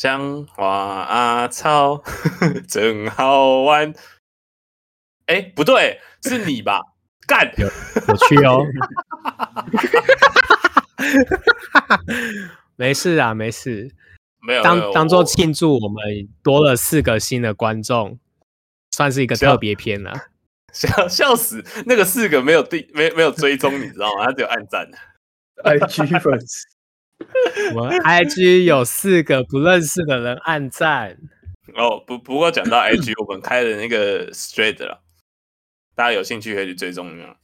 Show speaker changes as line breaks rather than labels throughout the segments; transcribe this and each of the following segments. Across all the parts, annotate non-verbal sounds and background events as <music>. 讲话啊 <laughs> 操，真好玩。哎、不对，是你吧？ <laughs> 干，
我去哦。 <laughs> 没事啊，没事，
没有没
当
有
当做
呃我
庆祝我们多了四个新的观众，算是一个
是啊
特别篇了。
<laughs> 笑笑死，那个四个没有定，没没有追踪，你知道吗？他只有暗赞。 <laughs>
<laughs>
IG 粉丝，
我们 IG 有四个不认识的人按赞，
哦，不不过
<coughs>
讲到 IG，我们开了那个 Straight 了，大家有兴趣可以去追踪一下。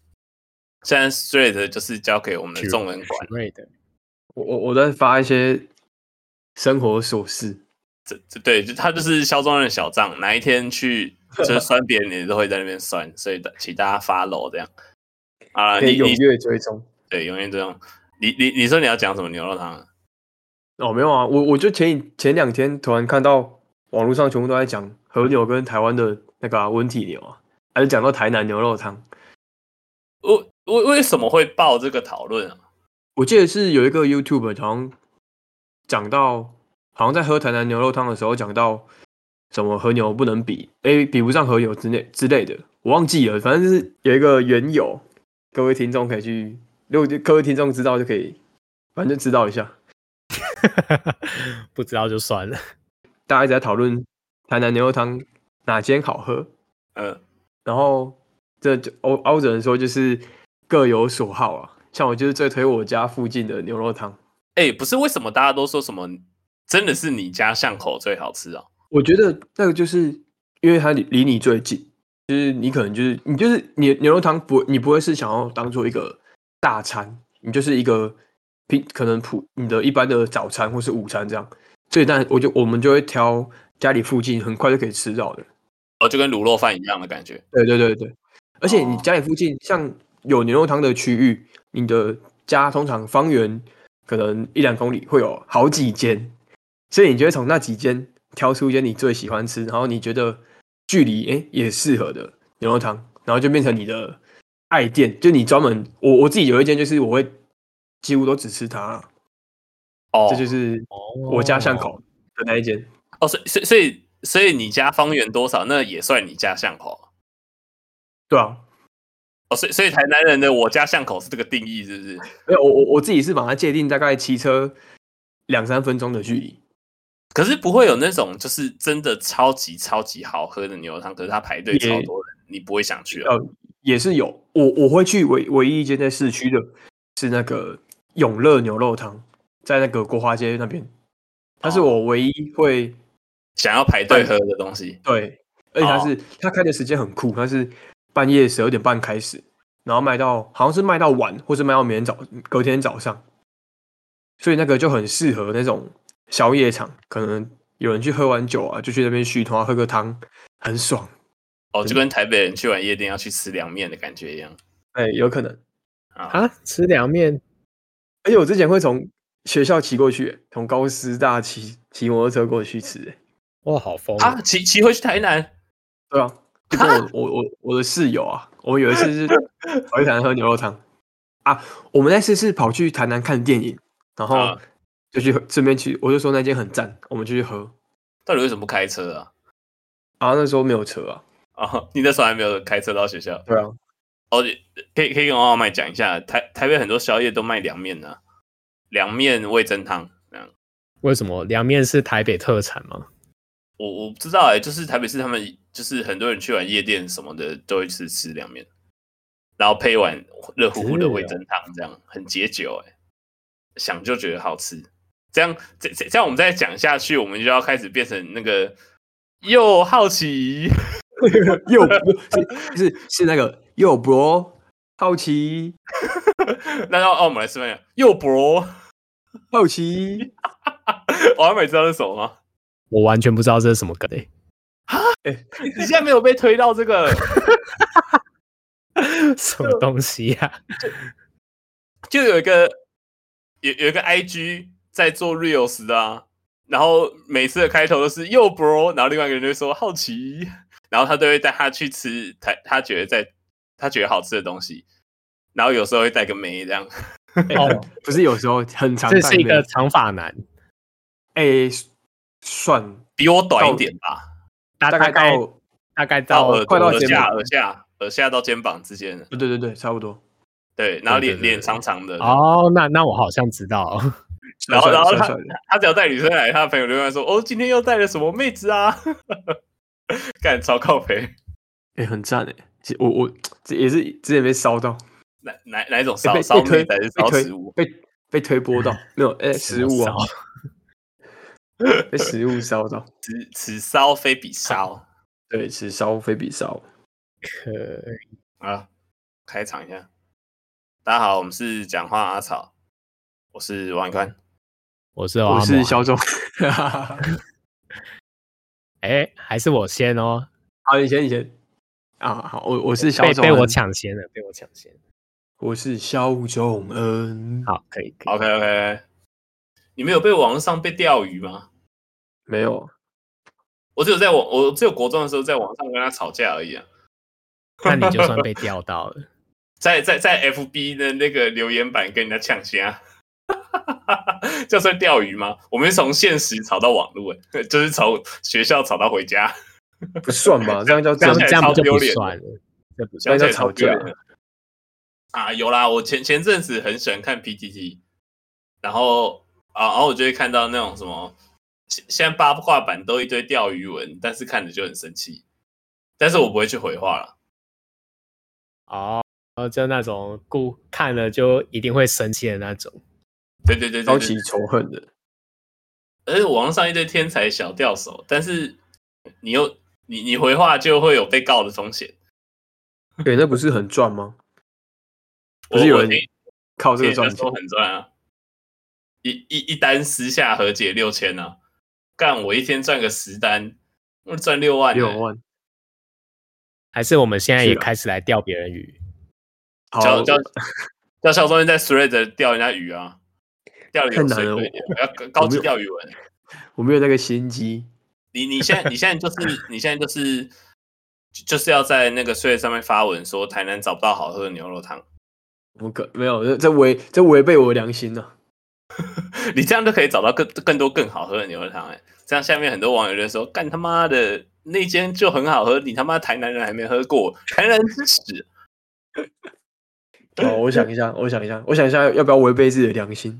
现在 Straight 就是交给我们的众人管，
对的，
我我我在发一些生活琐事，
这这对，就他就是肖中任小账，哪一天去
<laughs>
就是酸别人，你都会在那边酸，所以请大家发楼这样。啊，
可
你
以
你
踊跃追踪。
对永远这样。你你你说你要讲什么牛肉汤？啊
哦，没有啊，我我就前一前两天突然看到网络上全部都在讲和牛跟台湾的那个啊温、体牛啊，还是讲到台南牛肉汤。
我我为什么会报这个讨论啊？
我记得是有一个 YouTube 好像讲到，好像在喝台南牛肉汤的时候讲到什么和牛不能比，诶，比不上和牛之类之类的，我忘记了，反正是有一个缘由，各位听众可以去，如果各位听众知道就可以，反正就知道一下。
<laughs> 不知道就算了。
大家一直在讨论台南牛肉汤哪间好喝，
嗯，
然后这就欧欧只能说就是各有所好啊。像我就是最推我家附近的牛肉汤，
哎、不是为什么大家都说什么真的是你家巷口最好吃啊？
我觉得那个就是因为它离离你最近，就是你可能就是你就是你的牛肉汤不你不会是想要当做一个大餐，你就是一个平可能普你的一般的早餐或是午餐这样，所以但我就我们就会挑家里附近很快就可以吃到的。
哦，就跟卤肉饭一样的感觉。
对对对对，而且你
哦
家里附近像有牛肉汤的区域，你的家通常方圆可能一两公里会有好几间，所以你就会从那几间挑出一间你最喜欢吃，然后你觉得距离哎也适合的牛肉汤，然后就变成你的爱店，就你专门我我自己有一间就是我会几乎都只吃它啦，
哦，
这就是
哦
我家巷口的那一间。
哦，所以所以所以所以你家方圆多少，那也算你家巷口。啊
对啊，
哦，所以所以台南人的我家巷口是这个定义，是不是？
没有我我我自己是把它界定大概骑车两三分钟的距离。
可是不会有那种就是真的超级超级好喝的牛肉汤，可是它排队
也
超多人，你不会想去哦。
呃，也是有，我我会去唯唯一一间在市区的，是那个永乐牛肉汤，在那个国华街那边，它是
哦
我唯一会、
想要排队喝的东西，
对，而且它
哦
是、它开的时间很酷，它是半夜十二点半开始，然后卖到好像是卖到晚，或是卖到明天早隔天早上，所以那个就很适合那种宵夜场，可能有人去喝完酒啊，就去那边续通啊，喝个汤，很爽，
哦，就跟台北人去完夜店要去吃凉面的感觉一样
哎、有可能。
啊。
啊，吃凉面
而且我之前会从学校骑过去，从高师大骑骑摩托车过去吃，欸
哇，好疯
啊，骑骑回去台南，
对啊，就跟我我我我的室友啊，我们有一次是跑去台南喝牛肉汤啊，我们那次是跑去台南看电影，然后
啊
就去喝顺便去，我就说那间很赞，我们就去喝。
到底为什么不开车啊？
啊，那时候没有车啊，
哦，你那时候还没有开车到学校。
对啊，
哦，可以可以跟王老麦讲一下，台台北很多宵夜都卖凉面呢、啊凉面味噌汤这样。
为什么凉面是台北特产吗？
我我不知道哎、就是台北市他们就是很多人去完夜店什么的都会吃吃凉面，然后配一碗热乎乎的味噌汤，这样很解酒哎、想就觉得好吃。这样这这这样我们再讲下去，我们就要开始变成那个又好奇 <laughs>
又不是是是那个又博好奇
那要、哦、我们来示范一下又博， <laughs>
好奇，
王美知道是什么吗？
我完全不知道这是什么梗、欸， <laughs>
你现在没有被推到这个，
什么东西啊呀、
就有一个有有一个 IG 在做 reels 的啊，然后每次的开头都是又 bro，然后另外一个人就会说好奇，然后他都会带他去吃他他觉得在他觉得好吃的东西，然后有时候会带个妹这样， <laughs>
<laughs> 哦，不是有时候很常
这
带
是一
妹
个长发男，
哎、算
比我短一点吧，
大
大概
概
到
大概
到耳
到
朵
快到
耳
肩
下、
膀
耳下、耳下到肩膀之间的，
对对对，差不多。
对，然后
对
脸
对对
脸
对
长长的，
哦，那那我好像知道， <laughs>
然后
帅
然后
帅
他 <laughs>
帅的
他只要带女生来，他的朋友就会说：“哦，今天又带了什么妹子啊？” <laughs> 干超靠肥，
哎、很赞哎、其实我我这也是之前被烧到，
哪哪哪一种
哎
烧
被
烧
被推
妹子还是
被
烧
推
食物？
被被推波
<laughs>
到，没有哎、食物啊
烧，
<laughs> 被食物烧到，
此此烧非彼烧
对，吃烧非比烧。
可
啊！开场一下，大家好，我们是讲话阿草，我是王宽，
我是
我
我
是 <laughs> 肖总，
哎，还是我先哦，
好，以前以前啊，好，我我是肖
被
总，
被我，抢先了，被我抢先。
我是肖总恩，
好，可以，可以。
OK OK，你们有被网络上被钓鱼吗？
没有，
我只有在网，我只有国中的时候在网上跟他吵架而已啊，
<laughs> 那你就算被钓到
<laughs>
了，
在在在 FB 的那个留言板跟人家呛虾， <laughs> 这算钓鱼吗？我们是从现实吵到网络、欸，就是从学校吵到回家，
不算吧，这
<laughs>
样叫
这
这
样
样
起来
这样
超
不就
丢
不
脸的
算了，这不
想
算。
这样
起
叫
来超
吵架
丢脸的啊！有啦，我前前阵子很喜欢看 PTT，然后啊，然后我就会看到那种什么，现现在八卦版都一堆钓鱼文，但是看着就很生气，但是我不会去回话了。
哦，就那种故看了就一定会生气的那种。
对对对对
挑
对
起仇
<laughs>
恨的，
而且网络上一堆天才小钓手，但是你又你你回话就会有被告的风险。
对，那不是很赚吗？不
我
是有
我
人
听
靠这
听
个
人家
赚钱
说，很赚啊，一一一单私下和解六千啊，干我一天赚个十单，我赚六万、欸，
六万，
还是我们现在也
是啊
开始来钓别人鱼？
叫
好，
叫叫小中间在 Thread 钓人家鱼啊，钓鱼
太
有
难
水
了
分
我
一点，我要高高
我没
级
有
钓鱼文。
我没有那个心机，
你你现在你现在就是你现在就是就就是要在那个 Thread 上面发文说台南找不到好喝的牛肉汤， <laughs>
我么可没有？这这违这违背我的良心呢、啊
你这样就可以找到更更多更好喝的牛肉汤哎、这样下面很多网友就说：“干他妈的那间就很好喝，你他妈台南人还没喝过，台南人之耻。
好，哦我想一下，我想一下，我想一下，要不要违背自己的良心？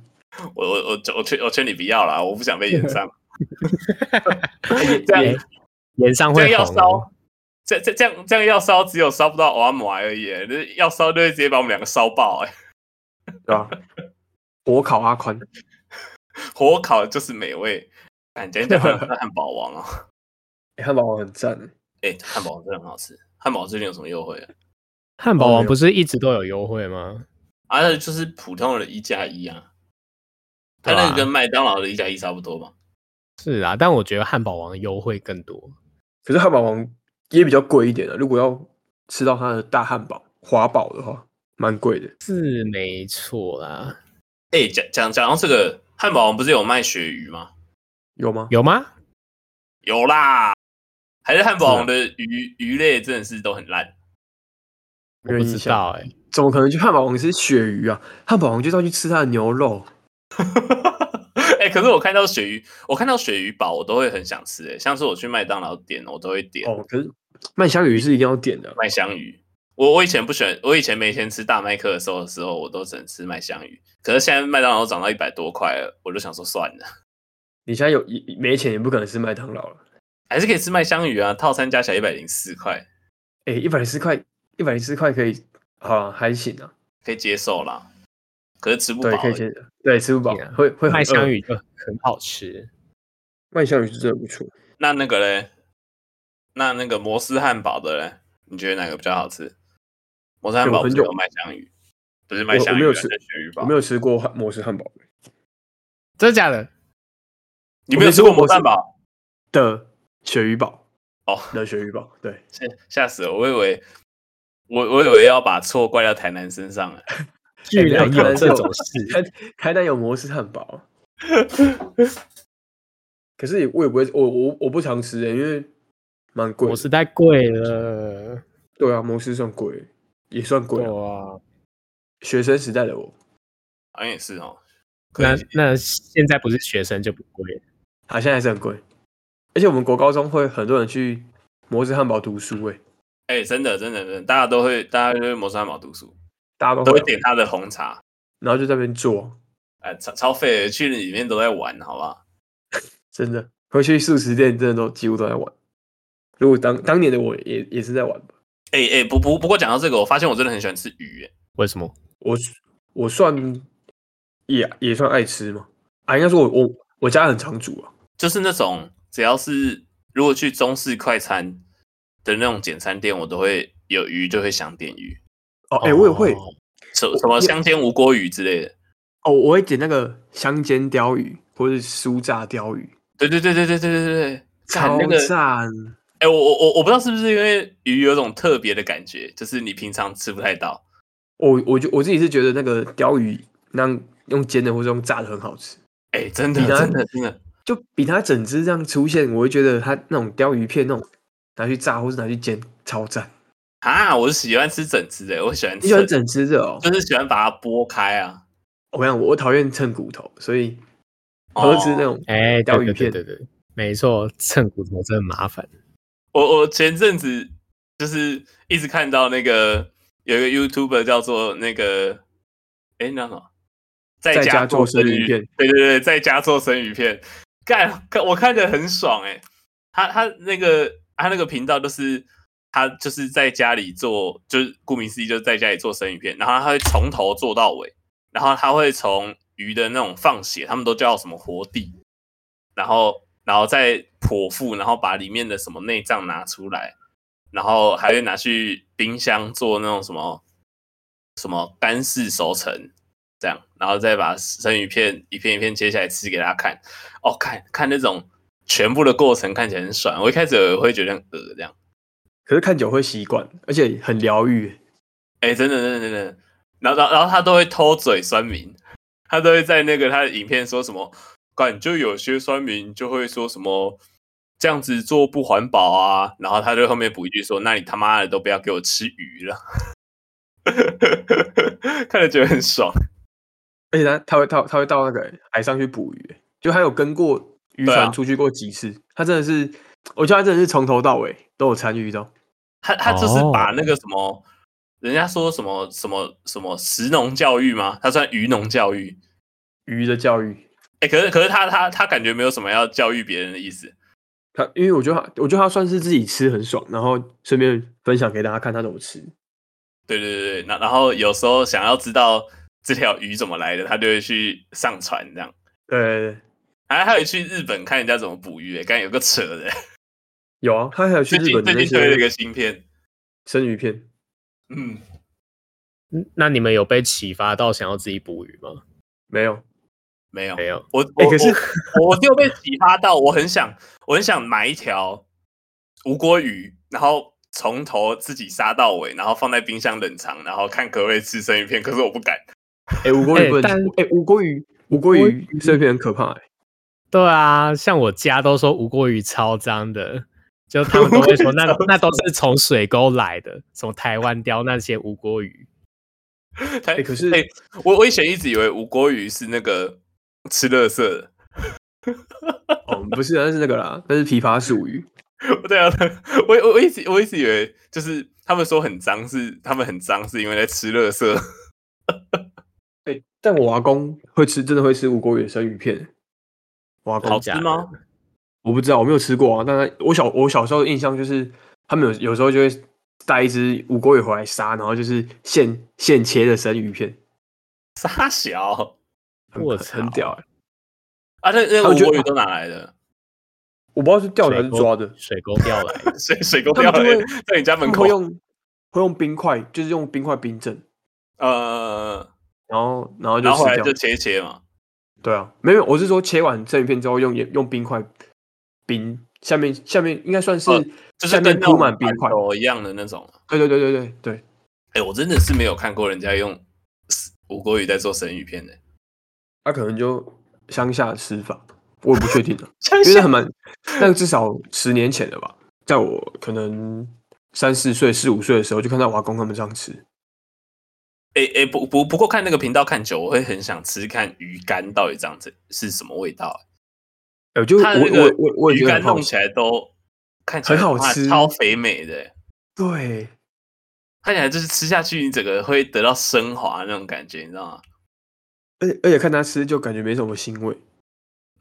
我”我我我我劝我劝你不要啦，我不想被延上。 <laughs> 这
盐
样
盐上
这
会
样要
红哦
烧，这这这样这样要烧，只有烧不到瓦姆而已、欸，那要烧就会直接把我们两个烧爆哎、
对吧？ <laughs> 火烤阿宽，
<laughs> 火烤就是美味。感觉讲汉汉堡王哦， <laughs>
欸汉堡王很赞，
哎、汉堡王真的很好吃。汉堡最近有什么优惠啊？
汉堡王哦不是一直都有优惠吗？
啊，那就是普通的一加一啊，它
对啊
那个跟麦当劳的一加一差不多嘛。
是啊，但我觉得汉堡王优惠更多。
可是汉堡王也比较贵一点的。啊如果要吃到它的大汉堡、华堡的话，蛮贵的。
是没错啦，
哎、讲讲讲到这个，汉堡王不是有卖鳕鱼吗？
有吗？
有吗？
有啦，还是汉堡
啊
王的鱼鱼类真的是都很烂。
我不知道哎、
怎么可能去汉堡王吃鳕鱼啊？汉堡王就是要去吃它的牛肉。
<laughs> 哎、可是我看到鳕鱼，我看到鳕鱼堡，我都会很想吃、哎，像是我去麦当劳点，我都会点
哦，可是麦香鱼是一定要点的啊。
麦香鱼。我我以前不喜欢，我以前每天吃大麦克的时候的时候，我都只能吃麦香鱼。可是现在麦当劳涨到一百多块了，我就想说算了，
你现在有一没钱也不可能吃麦当劳了。
还是可以吃麦香鱼啊，套餐加起来一百零四块，
哎、一百零四块，一百零四块可以，好啊，还行啊，
可以接受啦。可是吃不饱欸
对，
而
可以
已，
接受，对，啊吃不饱
Yeah，
会会很
麦香
饿，
鱼就很好吃。
麦香鱼是真的不错。
那那个嘞，那那个摩斯汉堡的嘞，你觉得哪个比较好吃？摩斯汉堡
我
不
很
是
久
有麦香鱼，不是麦香鱼啊，
我没有吃
是鳕鱼堡
我没。有吃过汉摩斯汉堡
真的假的？
你
我
没有
没
吃
吃
过
过
摩
摩
斯
斯
汉堡？
的鳕鱼堡
哦，
的鳕鱼堡， <laughs> 对，
吓吓死了！我以为我我以为要把错怪到台南身上了。
居
没有
然哎
可
有
能
这
是
种
我
事！
台台南有摩斯汉堡，啊可是也我也不会，我我我不常吃、欸，因为蛮贵
<laughs> 我
的。
是太贵了，
对啊，摩斯算贵，也算贵、啊。
哇！
学生时代的我，
好像也是哦。可
那
能
那现在不是学生就不贵了，
好、啊、现在还是很贵。而且我们国高中会很多人去摩斯汉堡读书、欸，哎，
哎、真的真的真的，大家都会，大家都会摩斯汉堡读书，
大家都
都
会
会，点他的红茶，
然后就在那边做，
哎、超超废的，去里面都在玩，好吧？
真的回去素食店真的都几乎都在玩。如果当当年的我也也是在玩吧，
哎、哎、不不不过讲到这个，我发现我真的很喜欢吃鱼、哎
为什么？
我我算也也算爱吃嘛，啊，应该说我我我家很常煮啊，
就是那种只要是如果去中式快餐的那种简餐店，我都会有鱼就会想点鱼，
哦，哎、我也会，
哦
什什么香煎无锅鱼之类的。
哦，我会点那个香煎鲷鱼或是酥炸鲷鱼，
对对对对对对对对对，看
超
那个
赞！
哎、我我我我不知道是不是因为鱼有种特别的感觉，就是你平常吃不太到。
我我就我自己是觉得那个鲷鱼那样用煎的或是用炸的很好吃，
哎、真的
你拿
真的真的，
就比它整只这样出现，我会觉得它那种鲷鱼片那种拿去炸或是拿去煎超赞。
啊，我是喜欢吃整只的，我喜欢
你
吃
喜欢，整只的哦？
就是喜欢把它剥开啊。
我跟你讲，我讨厌蹭骨头，所以我都吃那
哦
种
哎，
钓
对
鱼
对对
片
对对，没错，蹭骨头真的麻烦。
我我前阵子就是一直看到那个有一个 YouTuber 叫做那个，哎，那什么，在
在家
做生
做生鱼片，
对对对，在家做生鱼片，干，看我看着很爽哎、他他那个他那个频道就是他就是在家里做，就是顾名思义就是在家里做生鱼片，然后他会从头做到尾，然后他会从鱼的那种放血，他们都叫什么活地，然后然后再剖腹，然后把里面的什么内脏拿出来，然后还会拿去冰箱做那种什么什么干式熟成，这样，然后再把生鱼片一片一片切下来吃给大家看。哦，看看那种全部的过程看起来很爽，我一开始也会觉得很恶这样。
可是看久会习惯，而且很疗愈。
哎、真的真的真的，然后然后然后他都会偷嘴酸民，他都会在那个他的影片说什么，感就有些酸民就会说什么这样子做不环保啊，然后他就后面补一句说，那你他妈的都不要给我吃鱼了， <laughs> 看着觉得很爽。
而且它它会它它会到那个海上去捕鱼，就还有跟过渔
对啊
船出去过几次，它真的是，我觉得它真的是从头到尾都有参与到。
他他就是把
哦
那个什么，人家说什么什么什么食农教育吗？他算渔农教育。
鱼的教育，
哎、可是可是他他他感觉没有什么要教育别人的意思。
他因为我觉得他，我觉得他算是自己吃很爽，然后顺便分享给大家看他怎么吃。
对对对对，那然后有时候想要知道这条鱼怎么来的，他就会去上船这样。
对对对
还还有去日本看人家怎么捕鱼、欸，刚才有个扯的、
有啊，他还 <laughs> 有去
最
日
近
本的
最
那
近推了一
些
个新片，
生鱼片，
嗯，
嗯那你们有被启发到想要自己捕鱼吗？
没有
没有
没有，
我
欸
我、
可是
我我就被启发到，我很想我很想买一条无锅鱼，然后从头自己杀到尾，然后放在冰箱冷藏，然后看可不可以吃生鱼片。可是我不敢，
哎、欸，五锅
哎
鱼不能
但
吃，哎、欸，五锅鱼，五锅
锅
鱼生鱼片很可怕、欸，
对啊，像我家都说无锅鱼超脏的，就他们都会说那
无锅鱼超脏
那都是从水沟来的，什么台湾鲷那些无锅鱼。
哎
哎可是
<laughs> 哎、我我以前一直以为无锅鱼是那个吃垃圾的，
哦，不是啊，那是那个啦，那是琵琶鼠鱼，
<laughs> 对啊，我我我一直我一直以为就是他们说很脏是他们很脏是因为在吃垃圾。
<laughs> 哎、但我阿公会吃，真的会吃五锅鱼的生鱼片欸，我阿
好
公
吃
假的
吗？
我不知道，我没有吃过啊，但是我小我小时候的印象就是他们有有时候就会带一只五锅鱼回来杀，然后就是现现切的生鱼片，
傻小
很
我
很
操
屌、欸。
啊，那那
他
个
们觉
无
得
锅鱼都哪来
<laughs>
的？
我不知道是钓的还
水沟
是抓的，
水沟钓来
<laughs>
的
水水沟
他
掉
们
了欸
就会
在你家门
他们
口
会用会用冰块，就是用冰块冰镇，
呃，
然后然后就
然后
吃
回来
掉
就。切一切嘛。
对啊，没有，我是说切完生鱼片之后用盐用冰块冰下面下面应该算是、
哦就是
下
跟
面
那种
铺满冰块
馒。头一样的那种。啊
对对对对对对，
哎、我真的是没有看过人家用无锅鱼在做生鱼片的、
他、可能就乡下吃法，我也不确定
<laughs>
了，
欸，
因为很蛮，但至少十年前了吧，在我可能三四岁四五岁的时候就看到我阿公他们这样吃。
哎哎、欸不不不过看啊那个频道看久，我会很想吃看鱼干到底长这是什么味道、欸。
哎我就我
它的那
我
个
我我也
鱼
觉得
干
很好
弄
奇，
起来都看起来
很好
哇
吃
超肥美的欸，
对，
看起来就是吃下去你整个会得到升华那种感觉，你知道吗？
而且而且看它吃就感觉没什么腥味，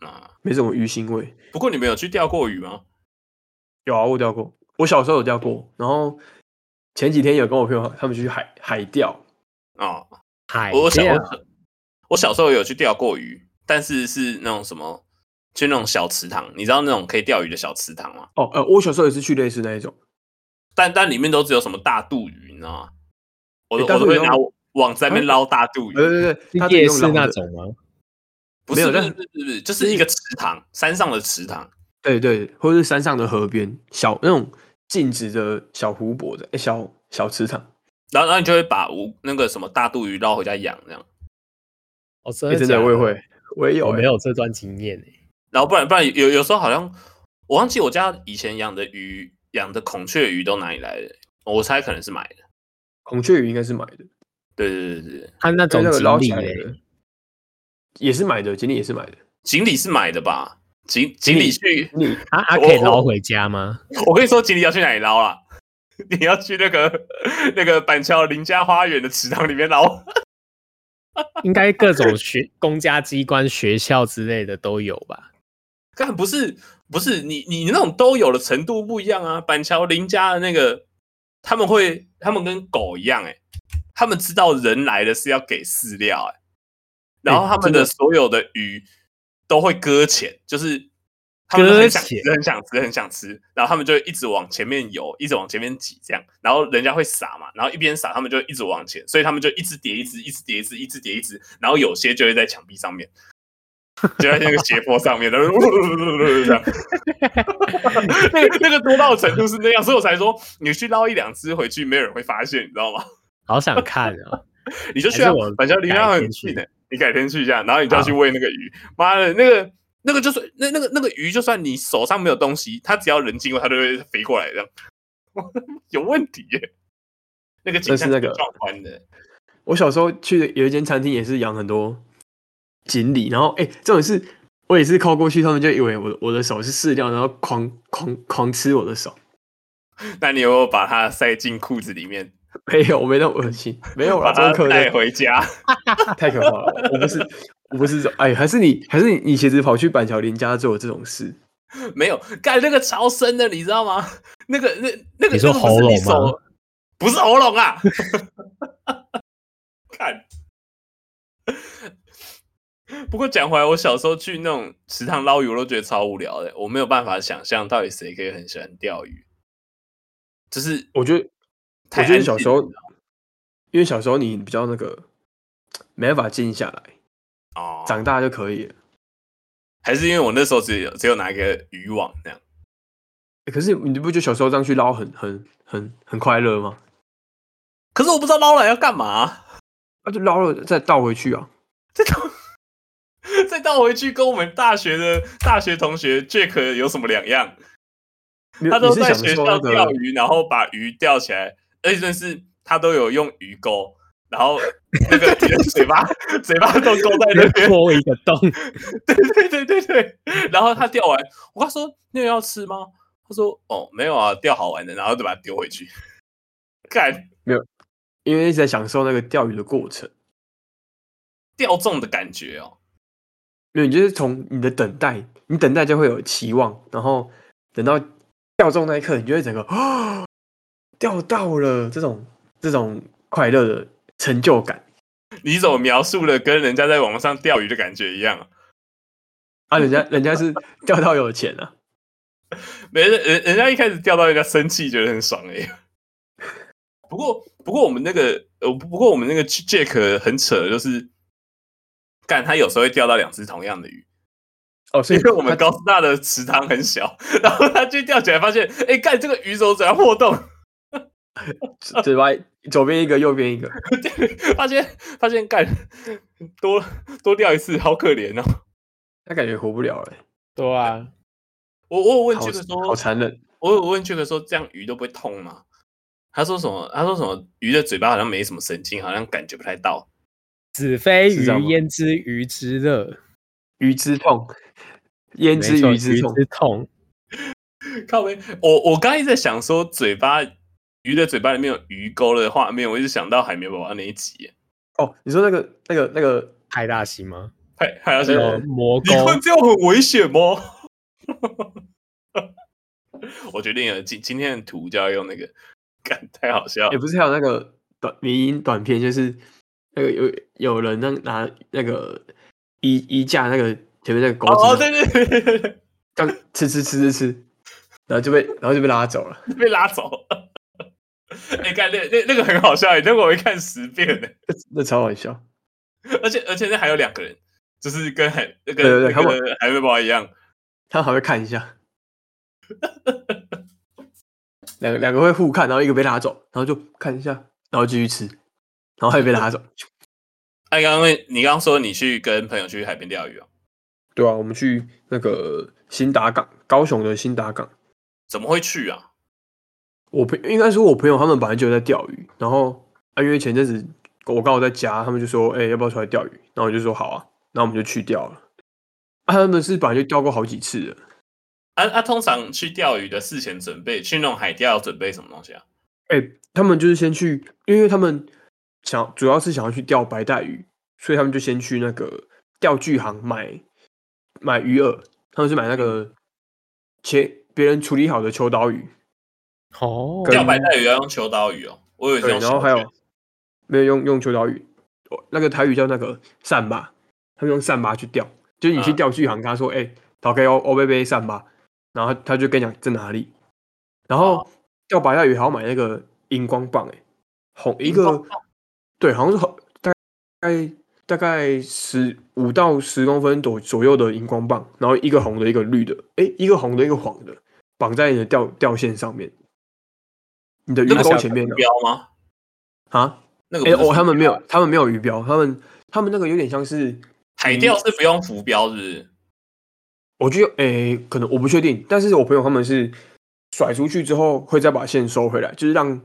啊，
没什么鱼腥味。
不过你们有去钓过鱼吗？
有啊，我钓过，我小时候有钓过，然后前几天有跟我朋友他们去海海钓，
哦，
哎
海
我我小
钓
我我小时候有去钓过鱼，但是是那种什么，去那种小池塘，你知道那种可以钓鱼的小池塘吗？
哦，呃，我小时候也是去类似那一种，
但但里面都只有什么大肚鱼，你知道吗？我都、
诶大
我都
肚鱼
会
要
拿
啊
网在那边捞大肚鱼，
对对对，
是
它自己
夜
用
市
捞
那
的，
种吗？
不
没
是
有
不是
但
不是不是，就是一个池塘，山上的池塘。
对对，或者是山上的河边小那种静止的小湖泊的，哎，小小池塘，
然后，然后你就会把无那个什么大肚鱼捞回家养，这样。
哦，真
哎，
的
真
假
的我也，会，我也有，
我没
有，
有这段经验欸诶。
然后不然不然有有时候好像我忘记我家以前养的鱼，养的孔雀鱼都哪里来的？我猜可能是买的。
孔雀鱼应该是买的，
对对对对，
他那
因为
种欸
那个
锦
捞起
鲤
来
嘞，
的也是买的，锦鲤也是买的，
锦鲤是买的吧？锦锦
鲤
鲤去，
你
他他
我
可以
我
捞回家吗？
我跟你说，锦鲤要去哪里捞啦？ <laughs> 你要去那个那个板桥林家花园的池塘里面捞。 <laughs>
应该各种学公家机关、学校之类的都有
<laughs>
吧？
干不是不是你你那种都有的程度不一样啊。板桥林家的那个，他们会他们跟狗一样哎、他们知道人来的是要给饲料哎、然后他们
真的
的所有的鱼都会搁浅，就是他们都很想
搁浅
吃很想吃很想吃，然后他们就会一直往前面游，一直往前面挤这样，然后人家会撒嘛，然后一边撒他们就一直往前，所以他们就一直叠一只，一直叠一只，一直叠一只，然后有些就会在墙壁上面。就在那个斜坡上面，然后这样，那个那个多到的程度是那样，所以我才说你去捞一两只回去，没有人会发现，你知道吗？
好想看哦！
<laughs>
你就去
还
啊
是我，
反正离那
改天
很近
去啊
的、你改天去一下，然后你就要去喂那个鱼。妈的，那个那个就算那那个那个鱼，就算你手上没有东西，它只要人经过，它就会飞过来这样。有问题耶、那个景象
那是那个
撞翻的，
我小时候去的有一间餐厅也是养很多锦鲤，然后哎，这种是我也是靠过去，他们就以为我的我的手是饲料，然后狂狂狂吃我的手。
那你有没有把它塞进裤子里面，
没有，我没那么恶心，没有
把
<laughs>
啦，怎么
它
可
带
能？
回家？
太可
<laughs>
怕了，我不是，我不是这，哎，还是你，还是你，你鞋子跑去板桥林家做这种事，
没有，干那个超深的，你知道吗？ <laughs> 那个那那个
你说
那个不是你
喉咙吗
手？不是喉咙啊！ <laughs> 看，不过讲回来，我小时候去那种池塘捞鱼，我都觉得超无聊的，我没有办法想象到底谁可以很喜欢钓鱼，就是
我觉得，
太
我
安
觉得
静
小时候，因为小时候你比较那个，没办法静下来，
哦，
长大就可以了。
还是因为我那时候只有只有拿一个渔网这样，
哎可是你不觉得小时候这样去捞很很很很快乐吗？
可是我不知道捞来要干嘛，
啊，就捞了再倒回去啊。
再倒 <laughs> 再倒回去跟我们大学的大学同学 Jack 有什么两样？
你
他都
你是
在
享
学
受
校
那
钓
个，
鱼，然后把鱼钓起来，而且是他都有用鱼钩，然后那
<laughs>
个嘴巴嘴巴都勾在那边，
戳一个洞，
对对对对。然后他钓完，我跟他说：“那个要吃吗？”他说：“哦，没有啊，钓好玩的。”然后就把它丢回去。感
因为一直在享受那个钓鱼的过程，
钓中的感觉哦，
因为你就是从你的等待，你等待就会有期望，然后等到钓中那一刻，你就会整个 <gasps> 啊钓到了这种这种快乐的成就感
你怎么描述的跟人家在网上钓鱼的感觉一样啊？
啊！人家人家是钓到有钱啊，
没人人人家一开始钓到人家生气，觉得很爽哎、不过不过我们那个呃不不过我们那个 Jack 很扯，就是干他有时候会钓到两只同样的鱼，
哦，所
因
<laughs>
以
为我们
他
高师大的池塘很小，然后他去钓起来发现，哎、干这个鱼怎么怎样破洞？
嘴嘴巴左边一个，右边一个，
发现发现干多多钓一次好可怜哦。
他感觉活不了了，
对啊，
我我有问
好
Jack
好
说，
残忍。
我有问 Jack 说这样鱼都不会痛吗？他说什么？他说什么？鱼的嘴巴好像没什么神经，好像感觉不太到。
子非
是这样
鱼
吗
焉知鱼之乐？
鱼之痛，焉知
没错
鱼之痛？
痛，
靠背，我我刚一直在想说，嘴巴鱼的嘴巴里面有鱼钩的画面，我一直想到海绵宝宝那一集耶，
哦，你说那个那个那个
派大星吗？
还还要
还
说
有魔
你会
宫，
这样很危险吗？ <laughs> 我决定了，今今天的图就要用那个，干太好笑了
也、不是还有那个短迷音短片，就是那个有有人那拿那个衣衣架那个前面那个钩
哦哦，
子，
对对对对对，
刚吃吃吃吃吃，然后就被然后就被拉走了。
被拉走。 <laughs> 哎、干那那那个很好笑欸耶，那个我会看十遍呢。
那超好笑。
而且而且那还有两个人，就是跟海那个
对对对他
那
们
个海绵宝宝一样，
他还会看一 <laughs> 下，两个两个会互看，然后一个被拉走，然后就看一下，然后继续吃，然后还被拉走。
哎，刚刚你刚刚说你去跟朋友去海边钓鱼哦，
<laughs> 对啊，我们去那个新达港，高雄的新达港。
怎么会去啊？
我朋应该说，我朋友他们本来就有在钓鱼，然后啊，因为前阵子我刚好在家，他们就说，哎、要不要出来钓鱼？然后我就说好啊，然后我们就去钓了。啊，他们是本来就钓过好几次了。
啊啊，通常去钓鱼的事前准备，去那种海钓要准备什么东西啊？
哎、他们就是先去，因为他们想主要是想要去钓白带鱼，所以他们就先去那个钓具行买买鱼饵，他们是买那个切别人处理好的秋刀鱼，
哦，
跟
钓白带鱼要用秋刀鱼哦，我以为是
对，
用
然后还
小
有
卷
没有用用秋刀鱼，哦那个台语叫那个扇巴，他们用扇巴去钓，就是你去
嗯
钓具行，跟他说，哎、打开欧欧贝贝扇巴，然后他他就跟你讲在哪里，然
哦
后钓白带鱼还要买那个荧光棒、哎，红一
荧光
个，对，好像是红大概大概十五到十公分左左右的荧光棒，然后一个红的，一个绿的，哎、一个红的，一个黄的，绑在你的钓钓线上面，你的鱼
那个
钩
小
前面的
标吗？
啊。
那个
哎、
不是
哦，他们
浮
没
标
有，他们没有鱼标，他们他们那个有点像是，
海钓是不用浮标，是不是？
我觉得，哎、可能我不确定，但是我朋友他们是甩出去之后会再把线收回来，就是让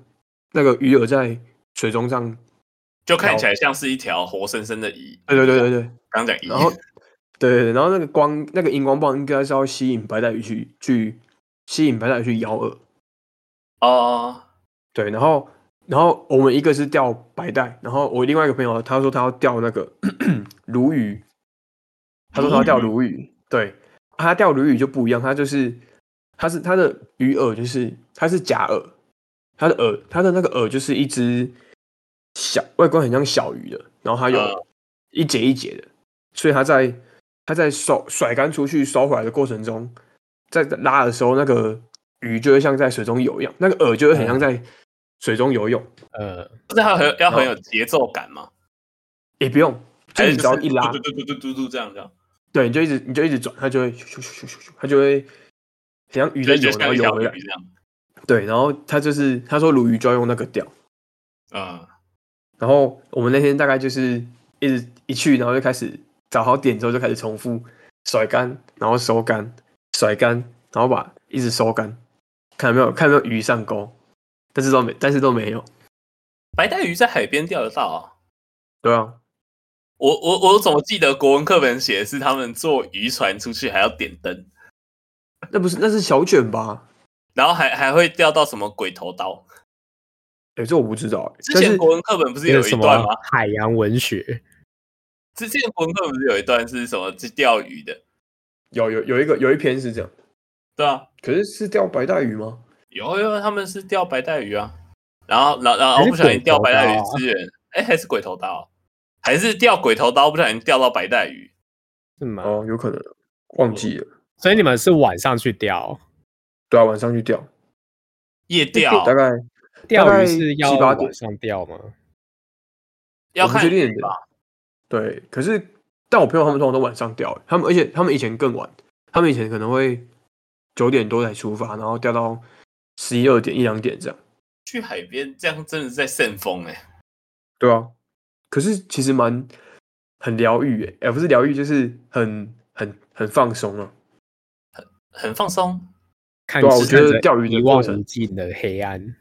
那个鱼饵在水中这样，哎
就看起来像是一条活生生的鱼。
对对对对对，
刚讲鱼，
然后对对对，然后那个光那个荧光棒应该是要吸引白带鱼去去吸引白带鱼去咬饵，
哦，
对，然后然后我们一个是钓白带，然后我另外一个朋友他说他要钓那个 <clears throat> 鲈鱼，他说他要钓鲈鱼，对，他钓鲈鱼就不一样，他就是他是他的鱼饵就是它是假饵，他的饵他的那个饵就是一只小外观很像小鱼的，然后它有
嗯
一节一节的，所以他在他在手甩竿出去收回来的过程中，在拉的时候，那个鱼就会像在水中游一样，那个饵就会很像嗯在水中游泳。
呃，
不是要很要很有节奏感吗？
也不用，哦就
还是
是你只要一拉，
嘟嘟嘟嘟嘟嘟这样这样，
对，你就一直你就一直转，它就会咻咻咻咻咻，它就会很像鱼在
就
游，
就
然
像
后
一
游
条
回来
鱼。这样。
对，然后它就是他说鲈鱼就要用那个钓，
嗯，
然后我们那天大概就是一直一去，然后就开始找好点之后就开始重复甩竿，然后收竿，甩竿，然后把一直收竿，看有没有看有没有鱼上钩，但是都没，但是都没有。
白带鱼在海边钓得到啊。
对啊，
我我我怎么记得国文课本写的是他们坐渔船出去还要点灯，
那不是那是小卷吧？
然后还还会钓到什么鬼头
<laughs>
刀？
哎、这我不知道、欸。
之
但是
前国文课本不是
这
有
个
一
什
段
么
吗？
海洋文学，
之前国文课本不是有一段是什么？是钓鱼的，
有有有一个有一篇是这样，
对啊，
可是是钓白带鱼吗？
有有他们是钓白带鱼啊，然后然后然后
还是
不小心钓白带
鬼
鱼
头刀啊
资源，哎、还是鬼头刀啊、还是钓鬼头刀，不小心钓到白带鱼。
是吗？
哦，有可能忘记了，
所以你们是晚上去钓，
对啊，晚上去钓，
夜钓
大概大
钓
概
鱼是要
七八点啊
晚上钓吗？
要
我不
看
确定
鱼
的
吧，
对，可是但我朋友他们通常都晚上钓，他们而且他们以前更晚，他们以前可能会九点多才出发，然后钓到十一二点一两点这样，
去海边这样真的是在扇风哎、
对啊，可是其实蛮很疗愈诶，哎、不是疗愈，就是很很很放松啊，
很放松。
看
对啊
着
我觉得
看着
钓鱼的
一
过
望
程
无尽的黑暗，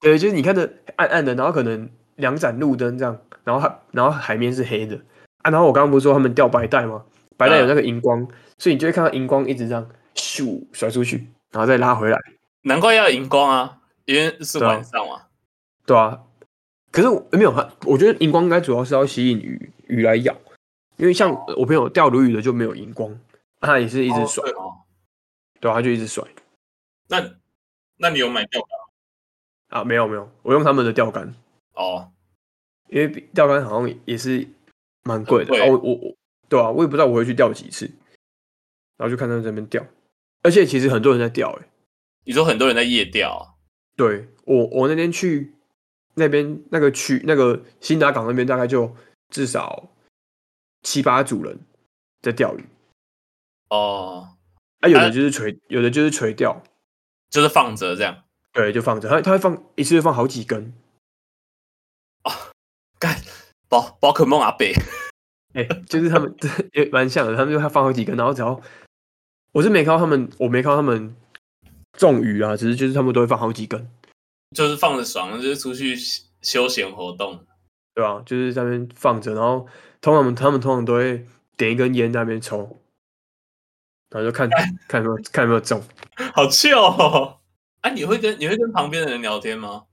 对，就是你看着暗暗的，然后可能两盏路灯这样，然后海然后海面是黑的啊。然后我刚刚不是说他们钓白带吗？白带有那个荧光，所以你就会看到荧光一直这样咻甩出去，然后再拉回来，
难怪要荧光啊，因为是
对啊
晚上嘛。
对啊。可是我没有，我觉得荧光应该主要是要吸引鱼鱼来咬，因为像我朋友钓鲈鱼的就没有荧光，他也是一直甩，
哦哦对哦
对啊，他就一直甩
那那你有买钓竿吗
啊，没有没有，我用他们的钓竿，
哦？
因为比钓竿好像也是蛮贵的。
很贵
啊、我我我，对啊，我也不知道我会去钓几次，然后就看他们在那边钓，而且其实很多人在钓、欸，
你说很多人在夜钓啊、
对我我那天去那边那个区那个新达港那边，大概就至少七八组人在钓鱼，
哦，
啊，有
啊
的就是垂，有的就是垂钓，
就是放着这样。
对，就放着，他他会放一次会放好几根，
干宝宝可梦阿北，
哎、就是他们 <laughs> 也蛮像的，他们就他放好几根，然后只要我是没看到他们，我没看到他们中鱼啊，只是就是他们都会放好几根，
就是放着爽，就是出去休休闲活动。
对吧、就是在那边放着，然后通常他们通常都会点一根烟在那边抽，然后就看看有没有看有没有中，
好笑哦！ <laughs> 啊，你会跟你会跟旁边的人聊天吗？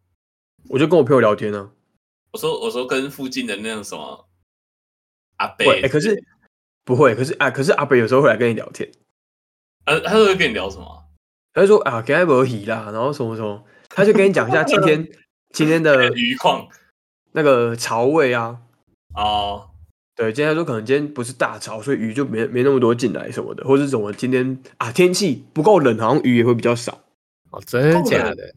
我就跟我朋友聊天啊，
我说我说跟附近的那种什么阿伯，
会、哎可是不会，可是啊，可是阿北有时候会来跟你聊天，
呃、他会跟你聊什么？
他就说啊，给他不洗啦，然后什么什么，他就跟你讲一下今天今天的
余况
那个潮位啊，
哦
对，今天说可能今天不是大潮，所以鱼就没没那么多进来什么的，或是怎么今天啊天气不够冷，好像鱼也会比较少。
哦，真的
够
假
了
的？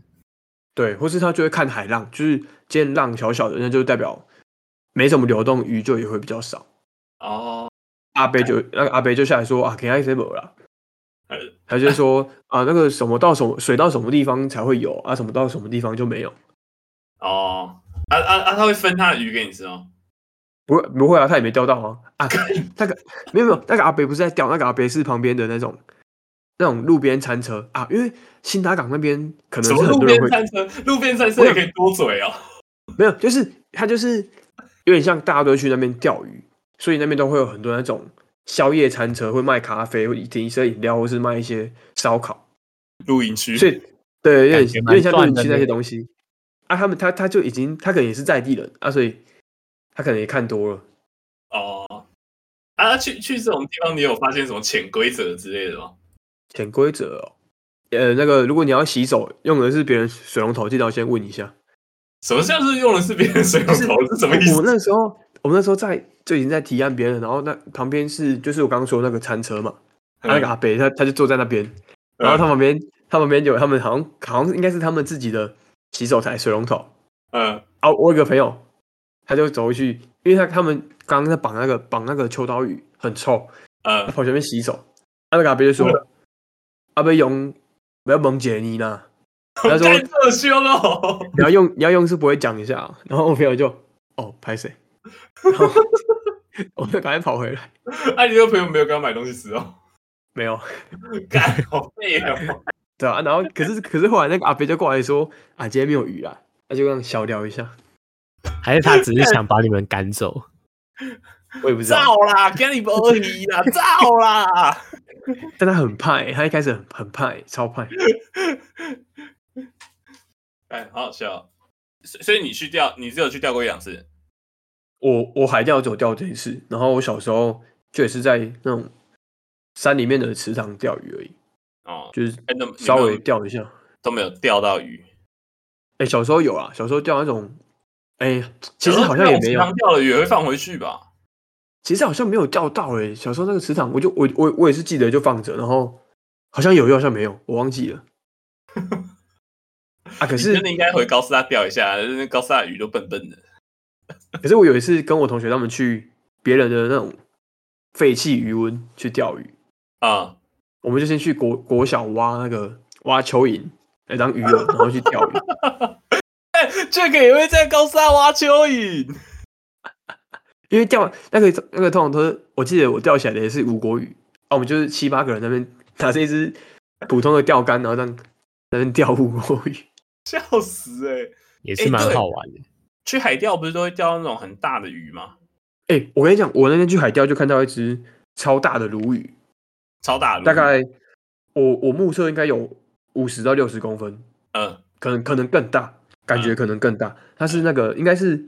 对，或是他就会看海浪，就是今天浪小小的，那就代表没什么流动，鱼就也会比较少。
哦，
阿贝就那个阿贝就下来说啊，给他一些了啦
呃，
他就说啊那个什么到什么水到什么地方才会有啊，什么到什么地方就没有。
哦，啊啊啊！他会分他的鱼给你吃吗？
不会不会啊，他也没钓到啊啊！那个没有没有，那个阿北不是在钓，那个阿北是旁边的那种那种路边餐车啊，因为新达港那边可
什
能是
么
很
路
多人
边
会
餐车？路边餐车也可以多嘴哦。
没有，就是他就是有点像大家都会去那边钓鱼，所以那边都会有很多那种宵夜餐车会卖咖啡，会点一些饮料，或是卖一些烧烤，
露营区，
所以对，有
感
点
觉
有
蛮
点像
赚
论
的
区那
呢
些东西啊。他们他他就已经他可能也是在地人啊，所以他可能也看多了。
哦，啊，去去这种地方，你有发现什么潜规则之类的吗？
潜规则哦，呃，那个如果你要洗手，用的是别人水龙头，记得要先问一下。
什么像是用的是别人水龙头是什么意
我
思
们？那时候，我们那时候在就已经在提案别人，然后那旁边是就是我刚刚说的那个餐车嘛，
嗯
他那个阿北他他就坐在那边，然后他旁边他旁边有他们好像好像应该是他们自己的洗手台水龙头
嗯，
啊。我有个朋友，他就走过去，因为他他们刚刚在绑那个绑那个秋刀鱼很臭，
嗯
他跑前面洗手，啊、那个阿北就说：“阿北用不要蒙解你啦。”他
<laughs>
说
太特修了。 <laughs>
<laughs> 你要用你要用是不会讲一下啊、然后我朋友就哦拍谁，然后我 <laughs> 就赶快跑回来，
哎、你那个朋友没有给他买东西吃哦？ <laughs>
没有
干，好废哦！
对啊，然后可是可是后来那个阿伯就过来说啊今天没有鱼啊，那就这样小聊一下，
还是他只是想把你们赶走？
哎我也不知道，
造啦，跟你不二一啦， <laughs> 造啦！
但他很怕、欸，他一开始很很怕、欸，超怕、
哎，好好笑哦。所所以你去钓，你只有去钓过一两次
我我海钓只有钓这一次，然后我小时候就也是在那种山里面的池塘钓鱼而已，
哦，
就是
哎，那你
稍
没有
微钓一下。
都没有钓到鱼，
哎、小时候有啊，小时候钓那种，哎、其实好像
那
也
种
没
池
有
塘，钓了鱼也会放回去吧？
其实好像没有钓到诶、小时候那个池塘，我就我我我也是记得就放着，然后好像有又好像没有，我忘记了。啊，可
可
是
真的应该回高斯大钓一下，那高斯大鱼都笨笨的。
可是我有一次跟我同学他们去别人的那种废弃渔温去钓鱼，
啊、
我们就先去国国小挖那个挖蚯蚓来当鱼饵，然后去钓鱼。
这个也会在高斯大挖蚯蚓
因为钓那个那个通常都是，我记得我钓起来的也是吴国鱼啊，我们就是七八个人在那边拿着一只普通的钓竿，然后这样在那边钓吴国鱼。
笑死哎、
也
哎
是蛮
对
好玩的。
去海钓不是都会钓那种很大的鱼吗？
哎、我跟你讲，我那天去海钓就看到一只超大的鲈鱼，
超大的路，
大概我我目测应该有五十到六十公分，
嗯
可能可能更大，感觉可能更大。它是那个应该是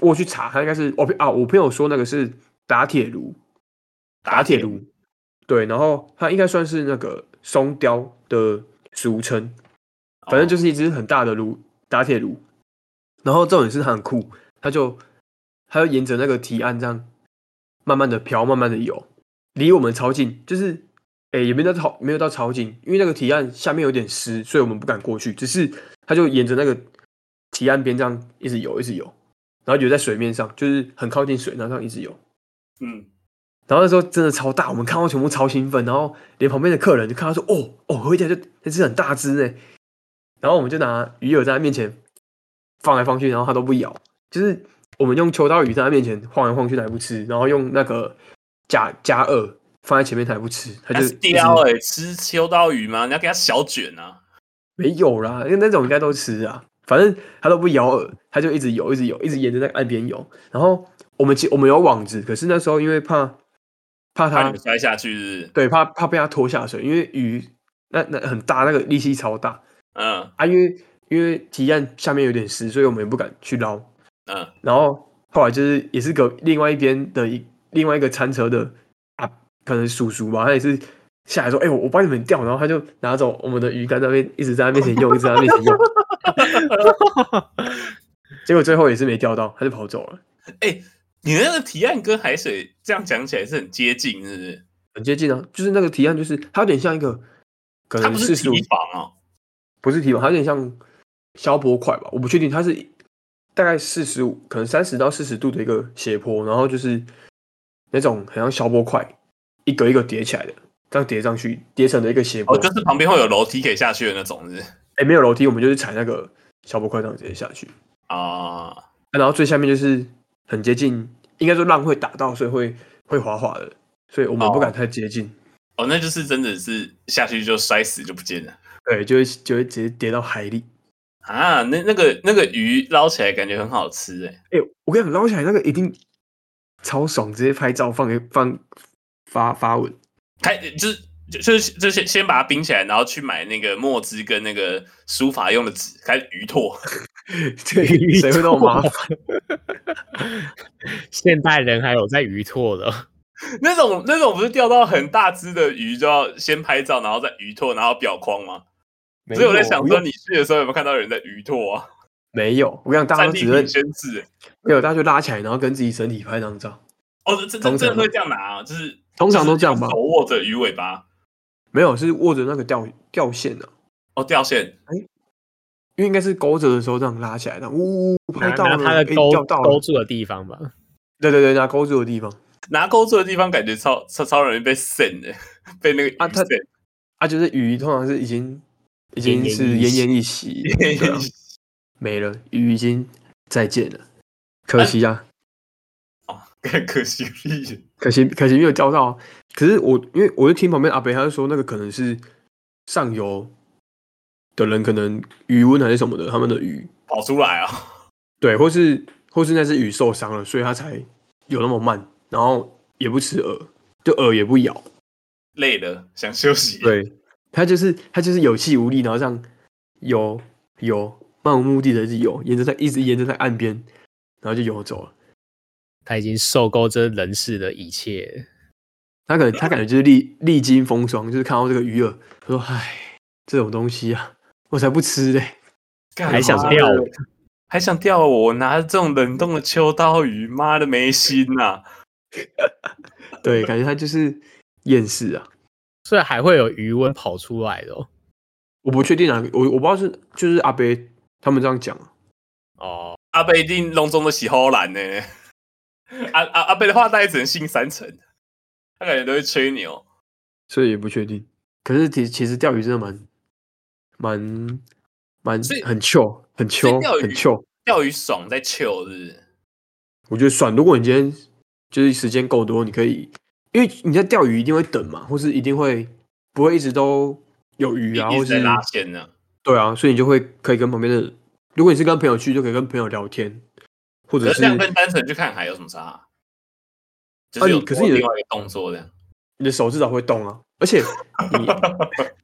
我去查，它应该是我啊，我朋友说那个是打铁炉，打铁炉，对，然后它应该算是那个松雕的俗称，
哦
反正就是是一只很大的炉打铁炉。然后重点是它很酷，它就它就沿着那个堤岸这样慢慢的漂，慢慢的游，离我们超近，就是诶也没到超没有到超近，因为那个堤岸下面有点湿，所以我们不敢过去，只是它就沿着那个堤岸边这样一直游，一直游，然后游在水面上，就是很靠近水，然后这样一直游。
嗯，
然后那时候真的超大，我们看到全部超兴奋，然后连旁边的客人就看到说：“哦哦，回家就那只很大只呢。”然后我们就拿鱼饵在他面前放来放去，然后它都不咬。就是我们用秋刀鱼在他面前晃来晃去，它也不吃；然后用那个假假饵放在前面，它也不吃。它
还
就是一直
雕哎，吃秋刀鱼吗？你要给它小卷啊，
没有啦，因为那种应该都吃啊，反正它都不咬饵，它就一直游，一直游，一直沿着那个岸边游。然后我们其我们有网子，可是那时候因为怕怕
怕
它
你们摔下去是不是，
对，怕怕被它拖下水，因为鱼那那很大，那个力气超大
嗯
啊。因为因为堤岸下面有点湿，所以我们也不敢去捞。
嗯，
然后后来就是也是个另外一边的一另外一个餐车的啊，可能叔叔吧，他也是下来说：“哎、我我帮你们钓。”然后他就拿走我们的鱼竿，在那边一直在他面前用，一直在他面前用。结果最后也是没钓到，他就跑走了，
你那个提案跟海水这样讲起来是很接近，是不是？
很接近啊。就是那个堤岸，就是它有点像一个可
它
能
不
四
是
十五
提防哦，
不是提板，它有点像消波块吧，我不确定，它是大概四十五，可能三十到四十度的一个斜坡，然后就是那种很像消波块，一格一格叠起来的，这样叠上去，叠成的一个斜坡。
哦，
哎、
就是旁边会有楼梯可以下去的那种，是不是
没有楼梯，我们就是踩那个消波块这样直接下去、
啊，
啊然后最下面就是很接近，应该说浪会打到，所以会会滑滑的，所以我们不敢太接近，
哦，那就是真的是下去就摔死就不见了。
对，就会就会直接跌到海里。
啊，那那个那个鱼捞起来感觉很好吃哎、
哎、我跟你讲，捞起来那个一定超爽，直接拍照放给放发发文。 <laughs>
开就是就就是就先先把它冰起来，然后去买那个墨汁跟那个书法用的纸，开始鱼拓。
对，谁会那么麻烦？
<laughs> 现代人还有在鱼拓的，
<laughs> 那种那种不是钓到很大只的鱼就要先拍照，然后再鱼拓，然后裱框吗？所以我在想说，你去的时候有没有看到有人在鱼拓啊？
没有，我跟你讲，大
战
家都
地
只认
平宣誓、欸。
没有，大家就拉起来，然后跟自己身体拍张照，
哦，这这
通
这
常
真的会这样拿啊？就是
通常都这样吧
手握着鱼尾巴，
没有是握着那个钓钓线的、
哦，掉线。
因为应该是勾着的时候这样拉起来，这样呜呜呜
拿
拍到
拿
了，
它的
诶
勾
钓到
勾
了，
住的地方吧。
对对对，拿勾住的地方
拿钩子的地方感觉超超超容易被扇的、被那个
啊
鱼
它
扇。
啊，就是鱼通常是已经已
奄
经
奄
是
一
奄
息
奄一息了，对
<laughs>
<laughs>
啊没了，鱼已经再见了，可
啊
惜啊，
哦，更可惜了。
可惜可惜没有钓到啊。可是我因为我就听旁边阿北他就说，那个可能是上游的人，可能余温还是什么的，他们的鱼
跑出来啊、
对，或是或是那只鱼受伤了，所以它才有那么慢，然后也不吃饵，就饵也不咬。
累了想休息。，
对，它就是它就是有气无力，然后这样游游漫无目的的一直游，沿着在一直沿着在岸边，然后就游走了。
他已经受够这人世的一切，
他可能他感觉就是历历经风霜，就是看到这个鱼饵，他说：“唉，这种东西啊，我才不吃嘞。”
干
还想
妈的
钓
我
还想钓我，我拿着这种冷冻的秋刀鱼，妈的没心呐、
对，感觉他就是厌世啊。
所以还会有余温跑出来的哦。
我不确定啊，我我不知道是就是阿北他们这样讲啊，
哦
阿贝一定隆中的喜好懒呢。阿阿阿贝的话，大概只能信三成，他感觉都会吹牛。
所以也不确定。可是其其实钓鱼真的蛮蛮蛮
所以
很糗，很
所以
糗，
钓鱼
很糗。
钓鱼爽在 chill 是不是？
我觉得算，如果你今天就是时间够多，你可以，因为你在钓鱼一定会等嘛，或是一定会不会一直都有鱼啊，
一
或
直在
是
拉线呢、
对啊，所以你就会可以跟旁边的，如果你是跟朋友去，就可以跟朋友聊天，或
可
者
是
是
这样跟单纯去看海有什么差、就是
啊
有
你可是你的
另外一个动作这样。
你的手至少会动啊。而且
<laughs>
你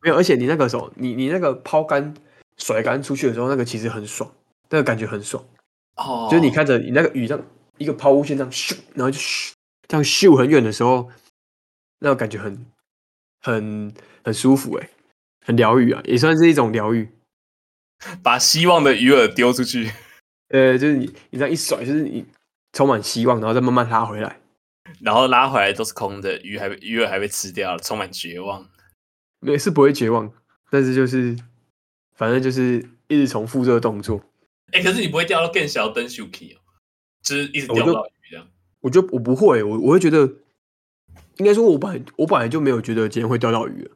没有，而且你那个手，你你那个抛杆、甩杆出去的时候，那个其实很爽，那个感觉很爽。
哦，
就是你看着你那个雨这样一个抛物线这样咻，然后就咻这样咻很远的时候，那个感觉很很很舒服哎、很疗愈啊，也算是一种疗愈。
把希望的鱼饵丢出去，
呃，就是你你这样一甩，就是你充满希望，然后再慢慢拉回来。
然后拉回来都是空的，鱼还被鱼饵还被吃掉了，充满绝望。
没是不会绝望，但是就是反正就是一直重复这个动作。
哎、可是你不会掉到更小的灯 Suki 哦，就是一直
我
钓
就
不到鱼这样。
我就我不会，我我会觉得，应该说我本来我本来就没有觉得今天会钓到鱼了。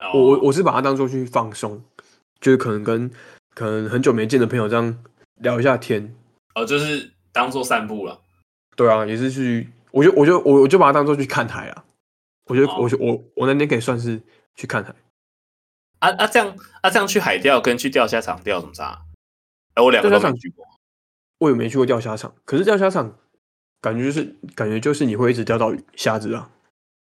哦
我我我是把它当做去放松，就是可能跟可能很久没见的朋友这样聊一下天。
哦，就是当做散步了。
对啊，也是去，我就我就我我就把它当做去看海啊。我觉得
哦
我就我我那天可以算是去看海，
啊啊，这样啊这样去海钓跟去钓虾场钓什么差？哎、我两个
钓
都
虾场
没去过。
我也没去过钓虾场，可是钓虾场感觉就是感觉就是你会一直钓到鱼虾子啊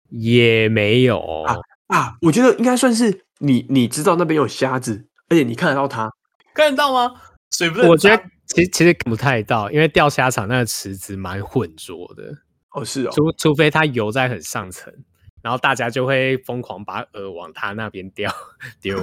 也没有哦
啊！我觉得应该算是你你知道那边有虾子，而且你看得到它，
看得到吗？水不是很
我觉得
脏
其实其实看不太到，因为钓虾场那个池子蛮浑浊的，
哦是哦，
除除非它游在很上层，然后大家就会疯狂把饵往它那边钓 <laughs> 丢。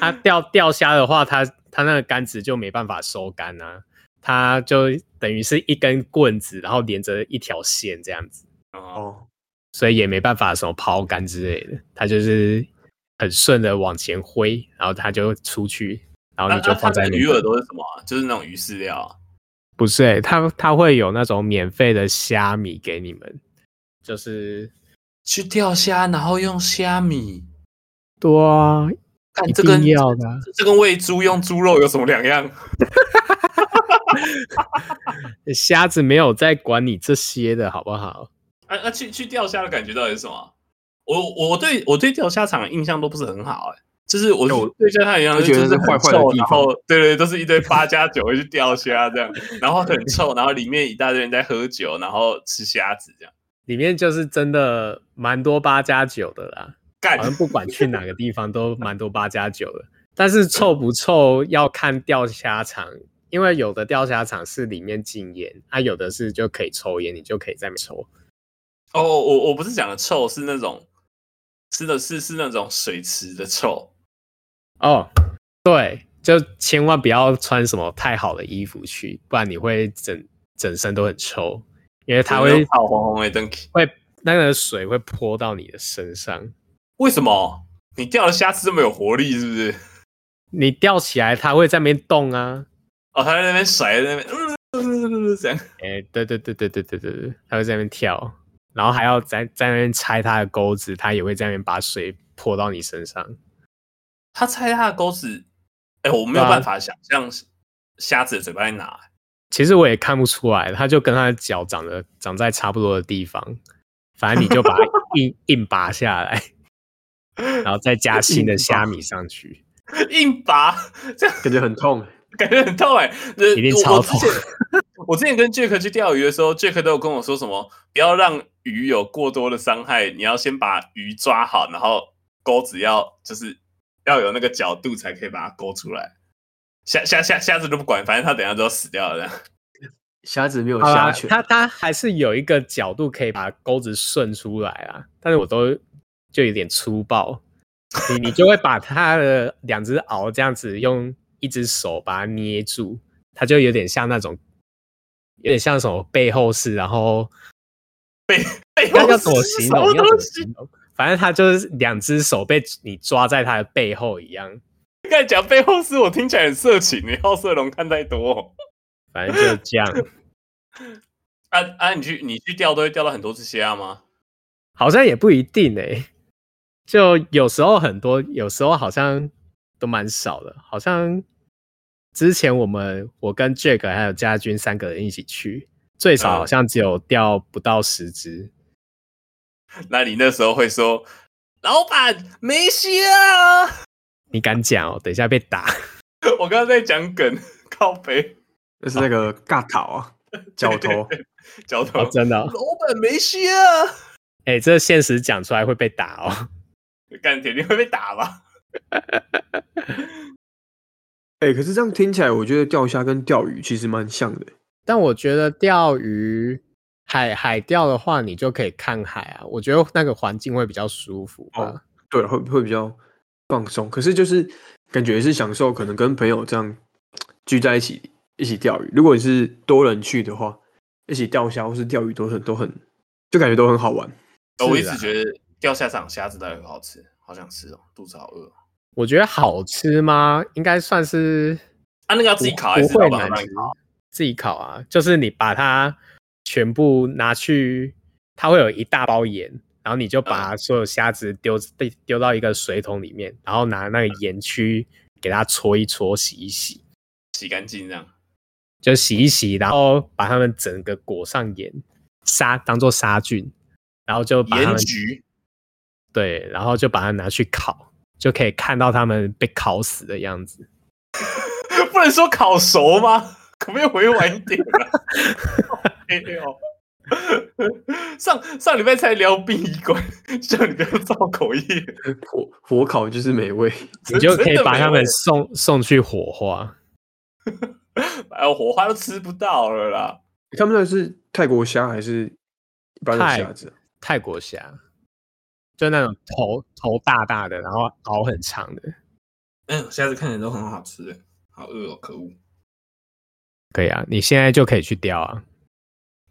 它钓钓虾的话，它它那个杆子就没办法收杆啊，它就等于是一根棍子，然后连着一条线这样子，
哦，
哦
所以也没办法什么抛竿之类的，它就是很顺的往前挥，然后它就出去，然后
那
你就
那它
放在
的
那
鱼
边
饵都是什么啊、就是那种鱼饲料啊、
不是、欸，它它会有那种免费的虾米给你们，就是
去钓虾，然后用虾米。
多啊，
看
一
这跟
定要的啊。
这跟喂猪用猪肉有什么两样？
虾子没有在管你这些的好不好？
啊啊，去去钓虾的感觉到底是什么啊？我我对我对钓虾场的印象都不是很好、哎，就是我
哎我
对钓虾场的印象
我觉得
就是是很
坏坏的
臭
地
然
方
后对对，都是一堆八加九会去钓虾这样，然后很臭，然后里面一大堆人在喝酒，然后吃虾子这样，
里面就是真的蛮多八加九的啦，好像
干
不管去哪个地方都蛮多八加九的。但是臭不臭要看钓虾场，因为有的钓虾场是里面禁烟，啊，有的是就可以抽烟，你就可以在那边抽。
哦，我我不是讲的臭，是那种吃的是是那种水池的臭，
哦，对，就千万不要穿什么太好的衣服去，不然你会整整身都很臭，因为它
有那
会
种泡红红的灯。
会那个水会泼到你的身上。
为什么你钓的虾是这么有活力？是不是？
你吊起来，它会在那边动啊。
哦，他在那边甩，在那边呃呃这样。
哎、对对对对对对对对，它会在那边跳，然后还要在在那边拆它的钩子，它也会在那边把水泼到你身上。
他猜他的钩子，哎、我没有
对啊
办法想象虾子的嘴巴在哪。
其实我也看不出来，它就跟它的脚长得长在差不多的地方，反正你就把它硬 <laughs> 硬拔下来，然后再加新的虾米上去。
硬拔，这样
感觉很痛。欸
感觉很痛哎、人
一定
我
超
我之前我之前跟 Jack 去钓鱼的时候，Jack 都有跟我说什么，不要让鱼有过多的伤害，你要先把鱼抓好，然后钩子要就是要有那个角度才可以把它勾出来。虾虾虾虾子都不管，反正它等一下都要死掉了这样。
虾子没有
好
虾
啦，
拳，
它它还是有一个角度可以把钩子顺出来啊，但是我都就有点粗暴，你你就会把它的两只螯这样子用一只手把它捏住，它就有点像那种，有点像什么背后式，然后
背
要
后
要怎么
是
形
什
容？
么
要怎
东
么
西？
形容？反正它就是两只手被你抓在它的背后一样，
刚才讲背后是我听起来很色情，你好色龙看太多、哦
反正就这样。
啊啊！你去你去钓都会钓到很多只虾吗？
好像也不一定诶、就有时候很多，有时候好像都蛮少的。好像之前我们我跟 Jack 还有家军三个人一起去，最少
嗯
好像只有钓不到十只。
那你那时候会说，老板没虾、啊。 <laughs>
你敢讲哦？等一下被打。
我刚刚在讲梗，靠背
那是那个尬头啊，脚头。
脚头，
<laughs> 哦，真的哦、
老板没虾、啊。
哎、这现实讲出来会被打哦。
干铁定会被打吧？
哎、可是这样听起来，我觉得钓虾跟钓鱼其实蛮像的。
但我觉得钓鱼海海钓的话，你就可以看海啊，我觉得那个环境会比较舒服吧。
哦对，会会比较放松。可是就是感觉是享受，可能跟朋友这样聚在一起一起钓鱼。如果你是多人去的话，一起钓虾或是钓鱼都很都很，就感觉都很好玩。 <laughs>
哦我一直
是啊
觉得钓下场虾子到底很好吃，好想吃哦，肚子好饿哦
我觉得好吃吗？应该算是
啊！那个要自己烤还
不
是
不会
老板
难
帮
吃
你烤？，
自己烤啊，就是你把它全部拿去，它会有一大包盐，然后你就
嗯
把所有虾子丢丢丢到一个水桶里面，然后拿那个
嗯
盐去给它搓一搓、洗一洗，
洗干净这样？
就洗一洗，然后把它们整个裹上盐，杀当做杀菌，然后就把它
盐
们
焗
对，然后就把它拿去烤，就可以看到它们被烤死的样子。
不能说烤熟吗？可不可以委婉一点啊？ <laughs> 没有。上上礼拜才聊殡仪馆，叫你不要造口业，
火火烤就是美味。
你就可以把它们
真
送送去火化。
的没有哎呦，火花都吃不到了啦。
他们那是泰国虾还是一般的
泰
虾子啊？
泰国虾，就那种头头大大的，然后螯很长的，
嗯，下次看起来都很好吃，好饿哦，可恶！
可以啊，你现在就可以去钓啊。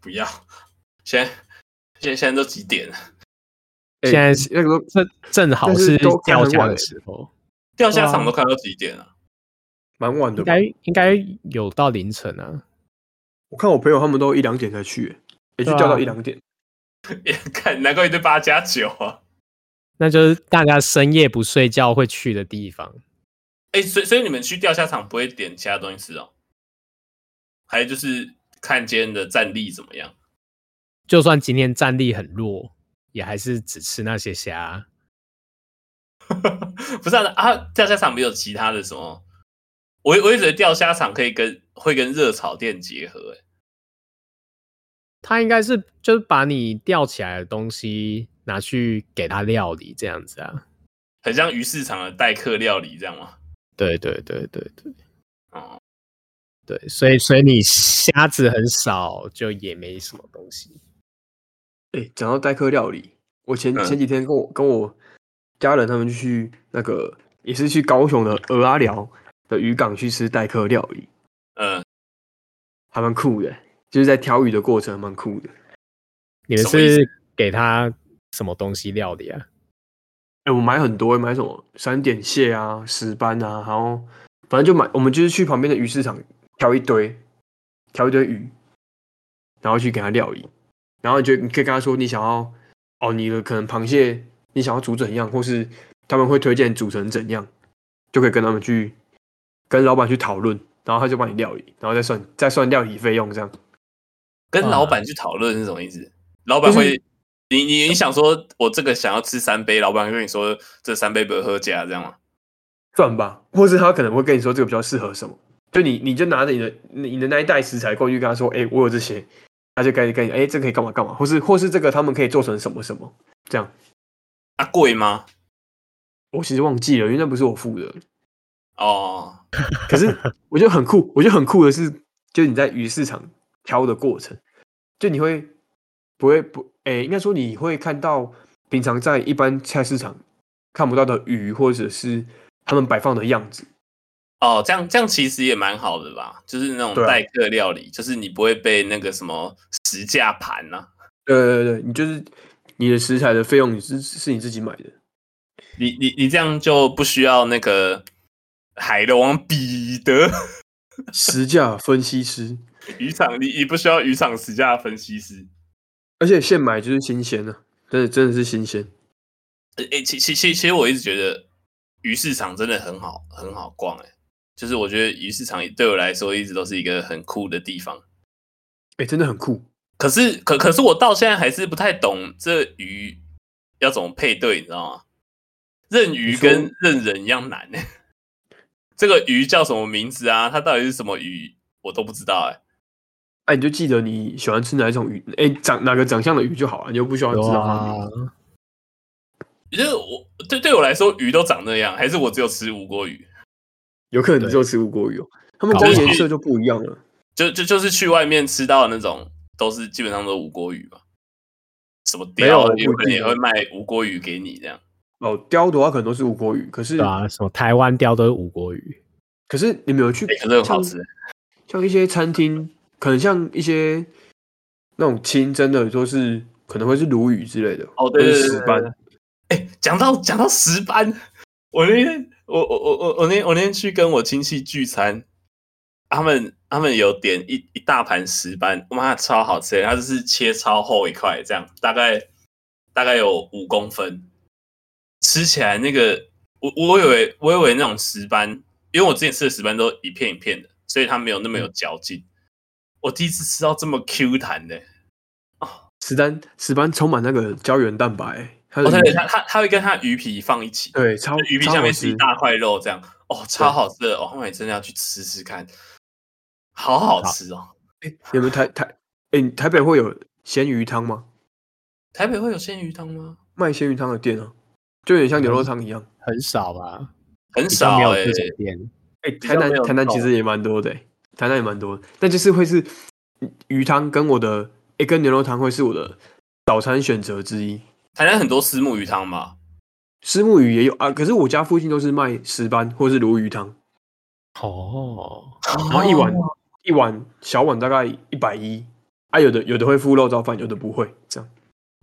不要，现在现在现在都几点了？
哎
现在是
那个时候
这正好
但是都开
钓
很
虾
晚
的
欸
时候，
钓虾场都看到几点了？ <laughs>
蛮晚的
应
吧
该？应该有到凌晨啊。
我看我朋友他们都一两点才去、欸也、
对
就
啊
钓到一两点。
也看，难怪一堆八加九啊！
那就是大家深夜不睡觉会去的地方。
哎、所以所以你们去钓虾场不会点其他东西吃哦？还有就是看今天的战力怎么样？ <laughs>
就算今天战力很弱，也还是只吃那些虾啊。
不是啊，啊钓虾场没有其他的什么？我我一直觉得钓虾场可以跟会跟热炒店结合、欸，
他应该是就是把你钓起来的东西拿去给他料理这样子啊。
很像鱼市场的待客料理这样吗？
对对对对对。
哦，
对，所以所以你虾子很少，就也没什么东西。
哎、讲到代客料理，我前
嗯
前几天跟我跟我家人他们去那个也是去高雄的鹅阿寮的渔港去吃代客料理，
嗯，
还蛮酷的，欸就是在挑鱼的过程还蛮酷的。
你们
什么意思
是给他什么东西料理啊？
哎、我买很多，买什么三点蟹啊、石斑啊，然后反正就买，我们就是去旁边的鱼市场挑一堆，挑一堆鱼，然后去给他料理，然后你就你可以跟他说你想要哦，你的可能螃蟹你想要煮怎样，或是他们会推荐煮成怎样，就可以跟他们去跟老板去讨论，然后他就帮你料理，然后再算再算料理费用这样。
跟
啊
老板去讨论是什么意思？老板
嗯就是
会，你你你想说我这个想要吃三杯，老板会跟你说这三杯不要喝假这样吗？
算吧，或是他可能会跟你说这个比较适合什么，就你你就拿着你的你你的那一袋食材过去跟他说，哎、我有这些，他就跟你跟你，哎、这可以干嘛干嘛，或是或是这个他们可以做成什么什么，这样
啊，贵吗？
我其实忘记了，因为那不是我付的，
哦，
可是我觉得很酷，我觉得很酷的是，就是你在鱼市场挑的过程，就你会不会不，哎、应该说你会看到平常在一般菜市场看不到的鱼，或者是他们摆放的样子，
哦，这样这样其实也蛮好的吧，就是那种
对啊
待客料理，就是你不会被那个什么实价盘啊呐、
对对对，你就是你的食材的费用，你是是你自己买的。
你你你这样就不需要那个海龙王彼得
实价分析师，
渔场，你你不需要渔场实价分析师。
而且现买就是新鲜的、真的真的是新鲜。
诶、诶其其其其实我一直觉得鱼市场真的很好，很好逛、诶就是我觉得鱼市场对我来说一直都是一个很酷的地方。
哎、真的很酷。
可是可可是我到现在还是不太懂这鱼要怎么配对，你知道吗？认鱼
你说
跟认人一样难欸呢、这个鱼叫什么名字啊？它到底是什么鱼？我都不知道哎、
哎、你就记得你喜欢吃哪一种鱼，哎、长哪个长相的鱼就好了，啊你又不需要知道它的名字。
哇，
就是我对对我来说，鱼都长那样，还是我只有吃无锅鱼？
有可能只有吃无锅鱼哦，他们
搞
光
不好
颜色就不一样了。
就就就是去外面吃到的那种，都是基本上都是无锅鱼吧？什么
没有
雕
我
啊，
不
有可能
记
也
得
会卖无锅鱼给你这样。
哦，雕的话可能都是无锅鱼，可是、
对啊，什么台湾雕都是五国鱼，
可是你们有去
哎、可是很好
像
吃。
像一些餐厅，可能像一些那种清蒸的，都是可能会是鲈鱼之类的，
哦对
或
对
者
对
石
对
斑
对，哎讲到讲到石斑，我那天我我我我我那天我那天去跟我亲戚聚餐，他们他们有点一一大盘石斑，我妈超好吃的，它就是切超厚一块，这样大概大概有五公分，吃起来那个我我以为我以为那种石斑，因为我之前吃的石斑都一片一片的，所以它没有那么有嚼劲。我第一次吃到这么 Q 弹的、
石斑石斑充满那个胶原蛋白，它
哦，
的鱼、
对，它它它会跟它的鱼皮放一起，
对超
就鱼皮
超
下
好
面是
吃
一。大块肉，这样哦，超好吃的哦！后面真的要去吃吃看，好好吃哦！
你们台台哎、你台北会有鲜鱼汤吗？
台北会有鲜鱼汤吗？
卖鲜鱼汤的店啊，就有点像牛肉汤
嗯
一样。
很少吧？
很
比较
少
没有
哎、
这种店。
哎、
比
台
较
南
没有
台南
那
其
种
实也蛮多的、欸，台南也蛮多的，但就是会是鱼汤跟我的哎、跟牛肉汤会是我的早餐选择之一。
台南很多虱目鱼汤吧？
石目鱼也有啊，可是我家附近都是卖石斑或是鲈鱼汤，
哦，
然
然后一碗、一碗小碗大概一百一，啊有的有的会附肉燥饭，有的不会，这样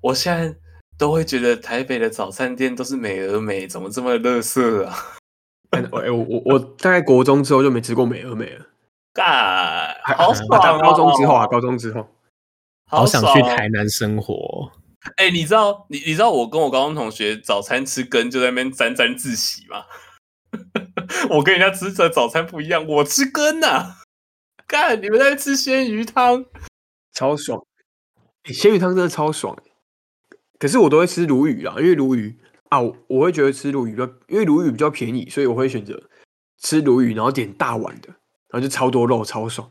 我现在都会觉得台北的早餐店都是美而美，怎么这么垃圾啊？
但。哎、我我我大概国中之后就没吃过美而美了，
干，
还
好
还
爽、哦！
高中之后啊，高中之后，
好想去
爽哦
台南生活。
哎、你知道你你知道我跟我高中同学早餐吃羹就在那边沾沾自喜吗？ <laughs> 我跟人家吃的早餐不一样，我吃羹呐、看你们在吃鲜鱼汤，
超爽。欸鲜、鱼汤真的超爽、欸，可是我都会吃鲈鱼啦，因为鲈鱼啊，我我会觉得吃鲈鱼比较，因为鲈鱼比较便宜，所以我会选择吃鲈鱼，然后点大碗的，然后就超多肉，超爽。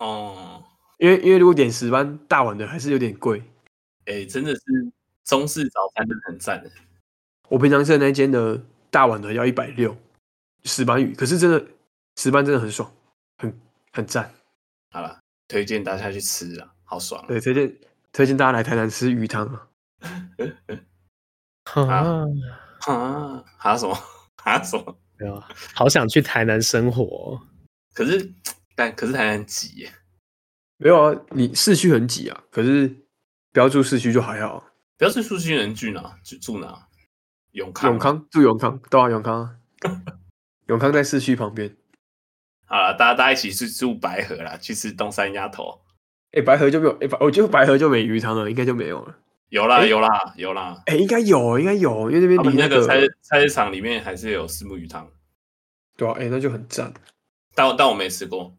哦、
因为因为如果点石斑大碗的还是有点贵。
哎、真的是中式早餐真的很赞的。
我平常吃的那间的大碗的要一百六，石斑鱼，可是真的石斑真的很爽，很很赞。
好了，推荐大家去吃啊，好爽啊、
对，推荐推荐大家来台南吃鱼汤啊。
啊，
啊！还有什么？还有什么？
对啊，好想去台南生活。
可是，但可是台南挤耶，
没有啊，你市区很挤啊，可是不要住市区就还好啊。
不要去苏区人住哪？住住哪？永康。
永。康住永康，对啊，永
<laughs>
康、啊，永康在市区旁边。
好了，大家大家一起去住白河啦，去吃东山鸭头。
哎、白河就没有，哎、白，我觉得白河就没鱼汤了，应该就没有了。
有啦，
诶
有啦，有啦。
哎、应该有，应该有，因为那边
他们
离
那
个
个菜菜市场里面还是有虱目鱼汤，
对啊，哎、那就很赞。
但我但我没吃过。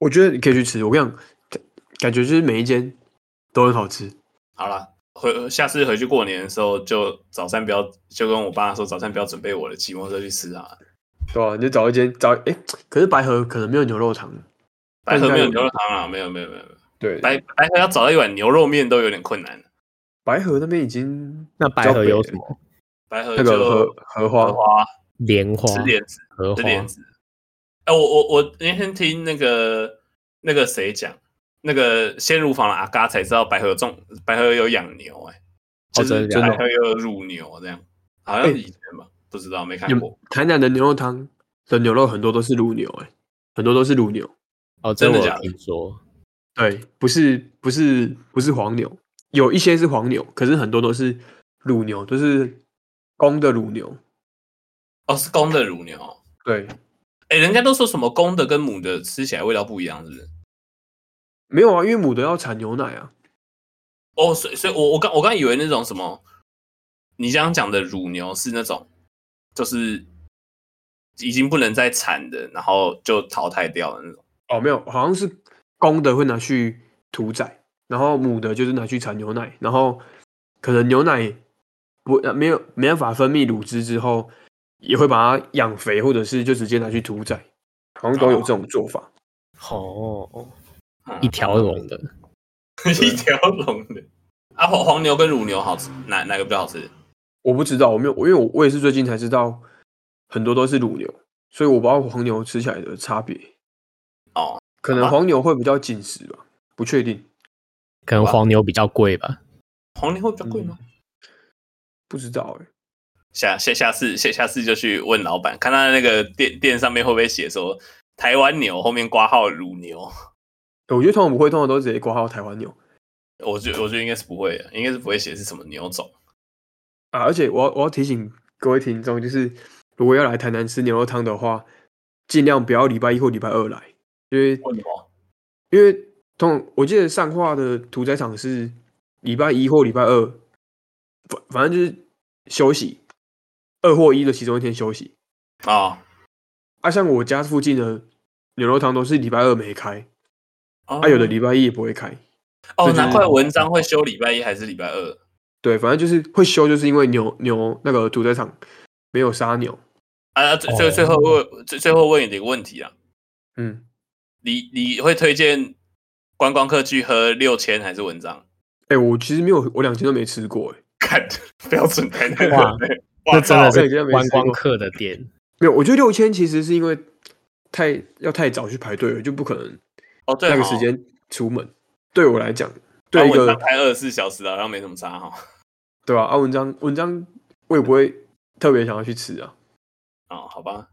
我觉得你可以去吃，我跟你讲，感觉就是每一间都很好吃。
好啦，回下次回去过年的时候，就早餐不要就跟我爸说，早餐不要准备我的骑摩托车去吃啊。
对啊，你就找一间找，哎、可是白河可能没有牛肉汤。
白河没有
但是
牛肉汤啊，没有没有没有，没有
对，白
白白河要找到一碗牛肉面都有点困难。
白河那边已经
那白河
欸
有什么？
白河
那
就
个荷荷花
荷花
莲花
吃、莲子，
荷
吃
花，哦
莲子。哎，我我我那天听那个那个谁讲，那个鲜乳坊的阿嘎才知道白河种白河有养牛哎、
哦
就
真
是
的假
白
的
河有乳牛这样，好像
哎
是以前吧，不知道没看
你们
过，
台南的牛肉汤的牛肉很多都是卤牛、哎，很多都是卤牛。
哦，
真
这
的
我
假
有
的
听说。
对，不是不是不是黄牛，有一些是黄牛，可是很多都是乳牛，都是公的乳牛。
哦，是公的乳牛哦。
对，
哎、人家都说什么公的跟母的吃起来味道不一样，是不是？
没有啊，因为母的要产牛奶啊。
哦，所以所以我我刚我刚以为那种什么，你刚刚讲的乳牛是那种，就是已经不能再产的，然后就淘汰掉的那种。
哦，没有，好像是公的会拿去屠宰，然后母的就是拿去产牛奶，然后可能牛奶不呃没有没办法分泌乳汁之后，也会把它养肥，或者是就直接拿去屠宰，好像都有这种做法。
哦，一条龙的，
<laughs> 一条龙的。啊，黄黄牛跟乳牛好吃，哪哪个比较好吃？
我不知道，我没有，我因为我我也是最近才知道，很多都是乳牛，所以我不知道黄牛吃起来的差别。
哦，
可能黄牛会比较紧实吧，不确定，
可能黄牛比较贵吧。
黄牛会比较贵吗？
不知道哎、
下下下次下下次就去问老板，看他那个店店上面会不会写说台湾牛后面挂号乳牛。
我觉得通常不会，通常都直接挂号台湾牛
我觉我觉得应该是不会的，应该是不会写是什么牛种。
啊。而且我要我要提醒各位听众，就是如果要来台南吃牛肉汤的话，尽量不要礼拜一或礼拜二来，因为
为什么？
因为通我记得上化的屠宰场是礼拜一或礼拜二，反反正就是休息，二或一的其中一天休息。
哦
啊，像我家附近的牛肉汤都是礼拜二没开，
哦
啊，有的礼拜一也不会开。
哦，
就是
难怪文章会休礼拜一还是礼拜二。
对，反正就是会休，就是因为牛牛那个屠宰场没有杀牛。
啊，最最
哦
最后问最最后问你一个问题啊，
嗯，
你你会推荐观光客去喝六千还是文章？
哎、我其实没有，我两天都没吃过、哎，
看标准台南人
哇
嘞，哇
那真的
靠
这个
是
没
观
吃
光
过
客的店，
没有。我觉得六千其实是因为太要太早去排队了，就不可能
哦，对哦，
那个时间出门。对我来讲，对
啊
一
文
个、
章开二十四小时啊，好像没什么差哈。
对吧、啊？文章文章，我也不会特别想要去吃啊。
哦，好吧，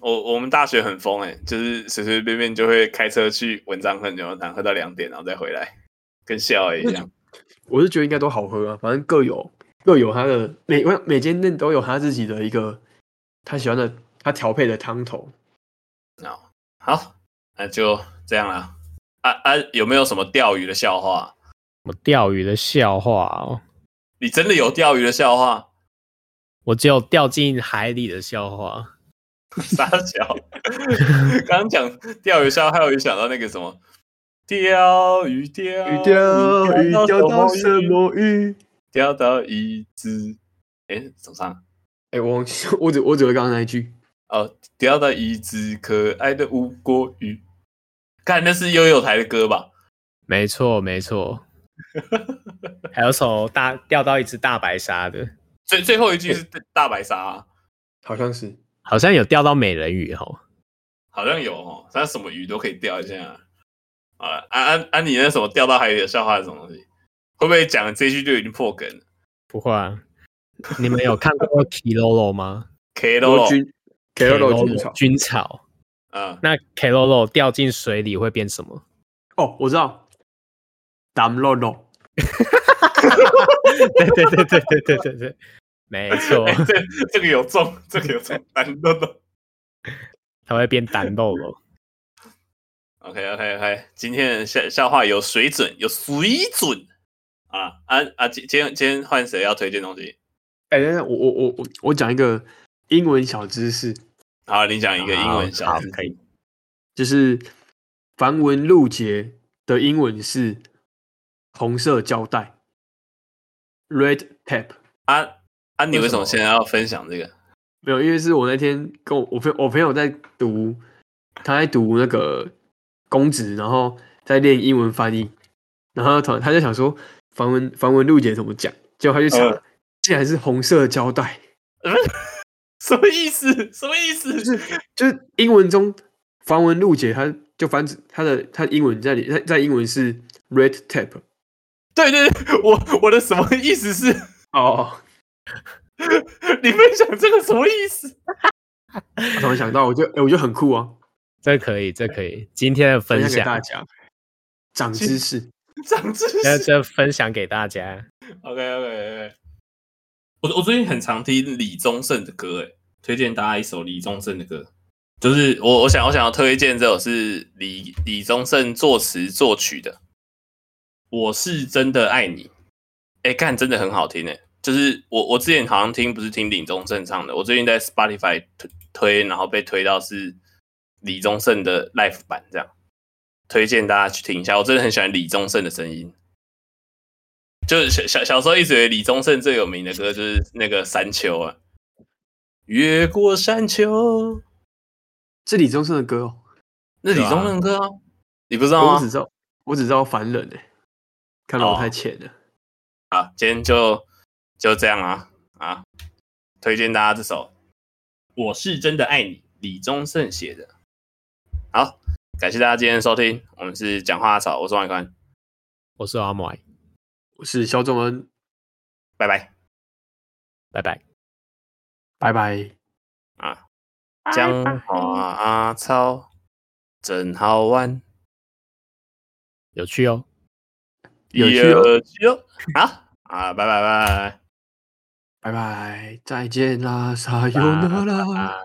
我我们大学很疯哎、就是随随便便就会开车去文章喝牛肉汤，喝到两点然后再回来，跟笑一样。
我是觉得应该都好喝啊，反正各有各有它的每我想每间店都有他自己的一个他喜欢的他调配的汤头。
好，那就这样啦。啊啊，有没有什么钓鱼的笑话？
我钓鱼的笑话哦，
你真的有钓鱼的笑话？ <laughs>
我只有掉进海里的笑话。
傻笑。 <laughs> 刚刚讲钓鱼笑，话，还有想到那个什么钓鱼钓
鱼钓鱼钓到
到
什？么鱼？
钓到一只，哎，怎么唱？
哎、我忘记，我只我只会刚刚那一句。
哦，钓到一只可爱的无国鱼。看，那是悠悠台的歌吧？
没错，没 <laughs> 错。还有首大钓到一只大白鲨的，
最最后一句是大白鲨啊、
好像是
好像有钓到美人鱼哦。
好像有哦，它什么鱼都可以钓一下啊。好了，安安安，你那什么钓到海里的笑话是什么东西？会不会讲这句就已经破梗了
不会啊，你们有看 <laughs> 过 Kilolo 吗
？K
说
喽，
军 K 肉肉军草
军草。
嗯，
那 Kilolo 掉进水里会变什么？
哦，我知道，打肉肉。
<laughs> 对对对对对对对对， <laughs> 没错
哎，这这个有中，这个有中，难都懂。
它会变单肉了。
OK OK OK，今天的笑笑话有水准，有水准啊！啊啊，今今天今天换谁要推荐东西？
哎、等等，我我我我我讲一个英文小知识，
好，你讲一个英文小
好
知
可以
识。
就是繁文缛节的英文是红色胶带 （red tape）。
啊啊，你
为
为
什
什么
么
现在要分享这个？
没有，因为是我那天跟我我朋我朋友在读，他在读那个公职，然后在练英文翻译，然后他他就想说繁文繁文缛节怎么讲，结果他去查，
嗯
竟然是红色胶带，
<laughs> 什么意思？什么意思？
就是英文中繁文缛节，它就翻它的它的英文在里，它在英文是 red tape。
对对对，我我的什么意思是？ <laughs>
哦，
你分享这个什么意思？
我突然想到，我觉得、哎我觉得很酷啊，
这可以，这可以，今天的分
享给大
享，
家，长知识。
长知
那
识。
这分享给大家。
OK OK OK。我我最近很常听李宗盛的歌，哎，推荐大家一首李宗盛的歌，就是我我想我想要推荐这首是李李宗盛作词作曲的，《我是真的爱你》。哎，看真的很好听哎，就是我我之前好像听不是听李宗盛唱的，我最近在 Spotify 推推，然后被推到是李宗盛的 Live 版这样，推荐大家去听一下，我真的很喜欢李宗盛的声音。就是小小小时候一直以为李宗盛最有名的歌就是那个《山丘》啊，越过山丘，
是李宗盛的歌哦，
那李宗盛的歌啊，你不知道
我只
吗？
知道我只知道凡人哎、看得我
哦
太浅了。
啊，今天就就这样啊啊！推荐大家这首《我是真的爱你》，李宗盛写的。好，感谢大家今天的收听，我们是讲话阿草，我是王一宽，
我是阿莫，
我是肖仲恩，
拜拜
拜拜。
拜拜。
啊！讲话阿草真好玩，
有趣哦。
有趣哦
有趣哦！好啊，拜拜拜拜。
拜拜，再见啦，撒有那啦。
啊。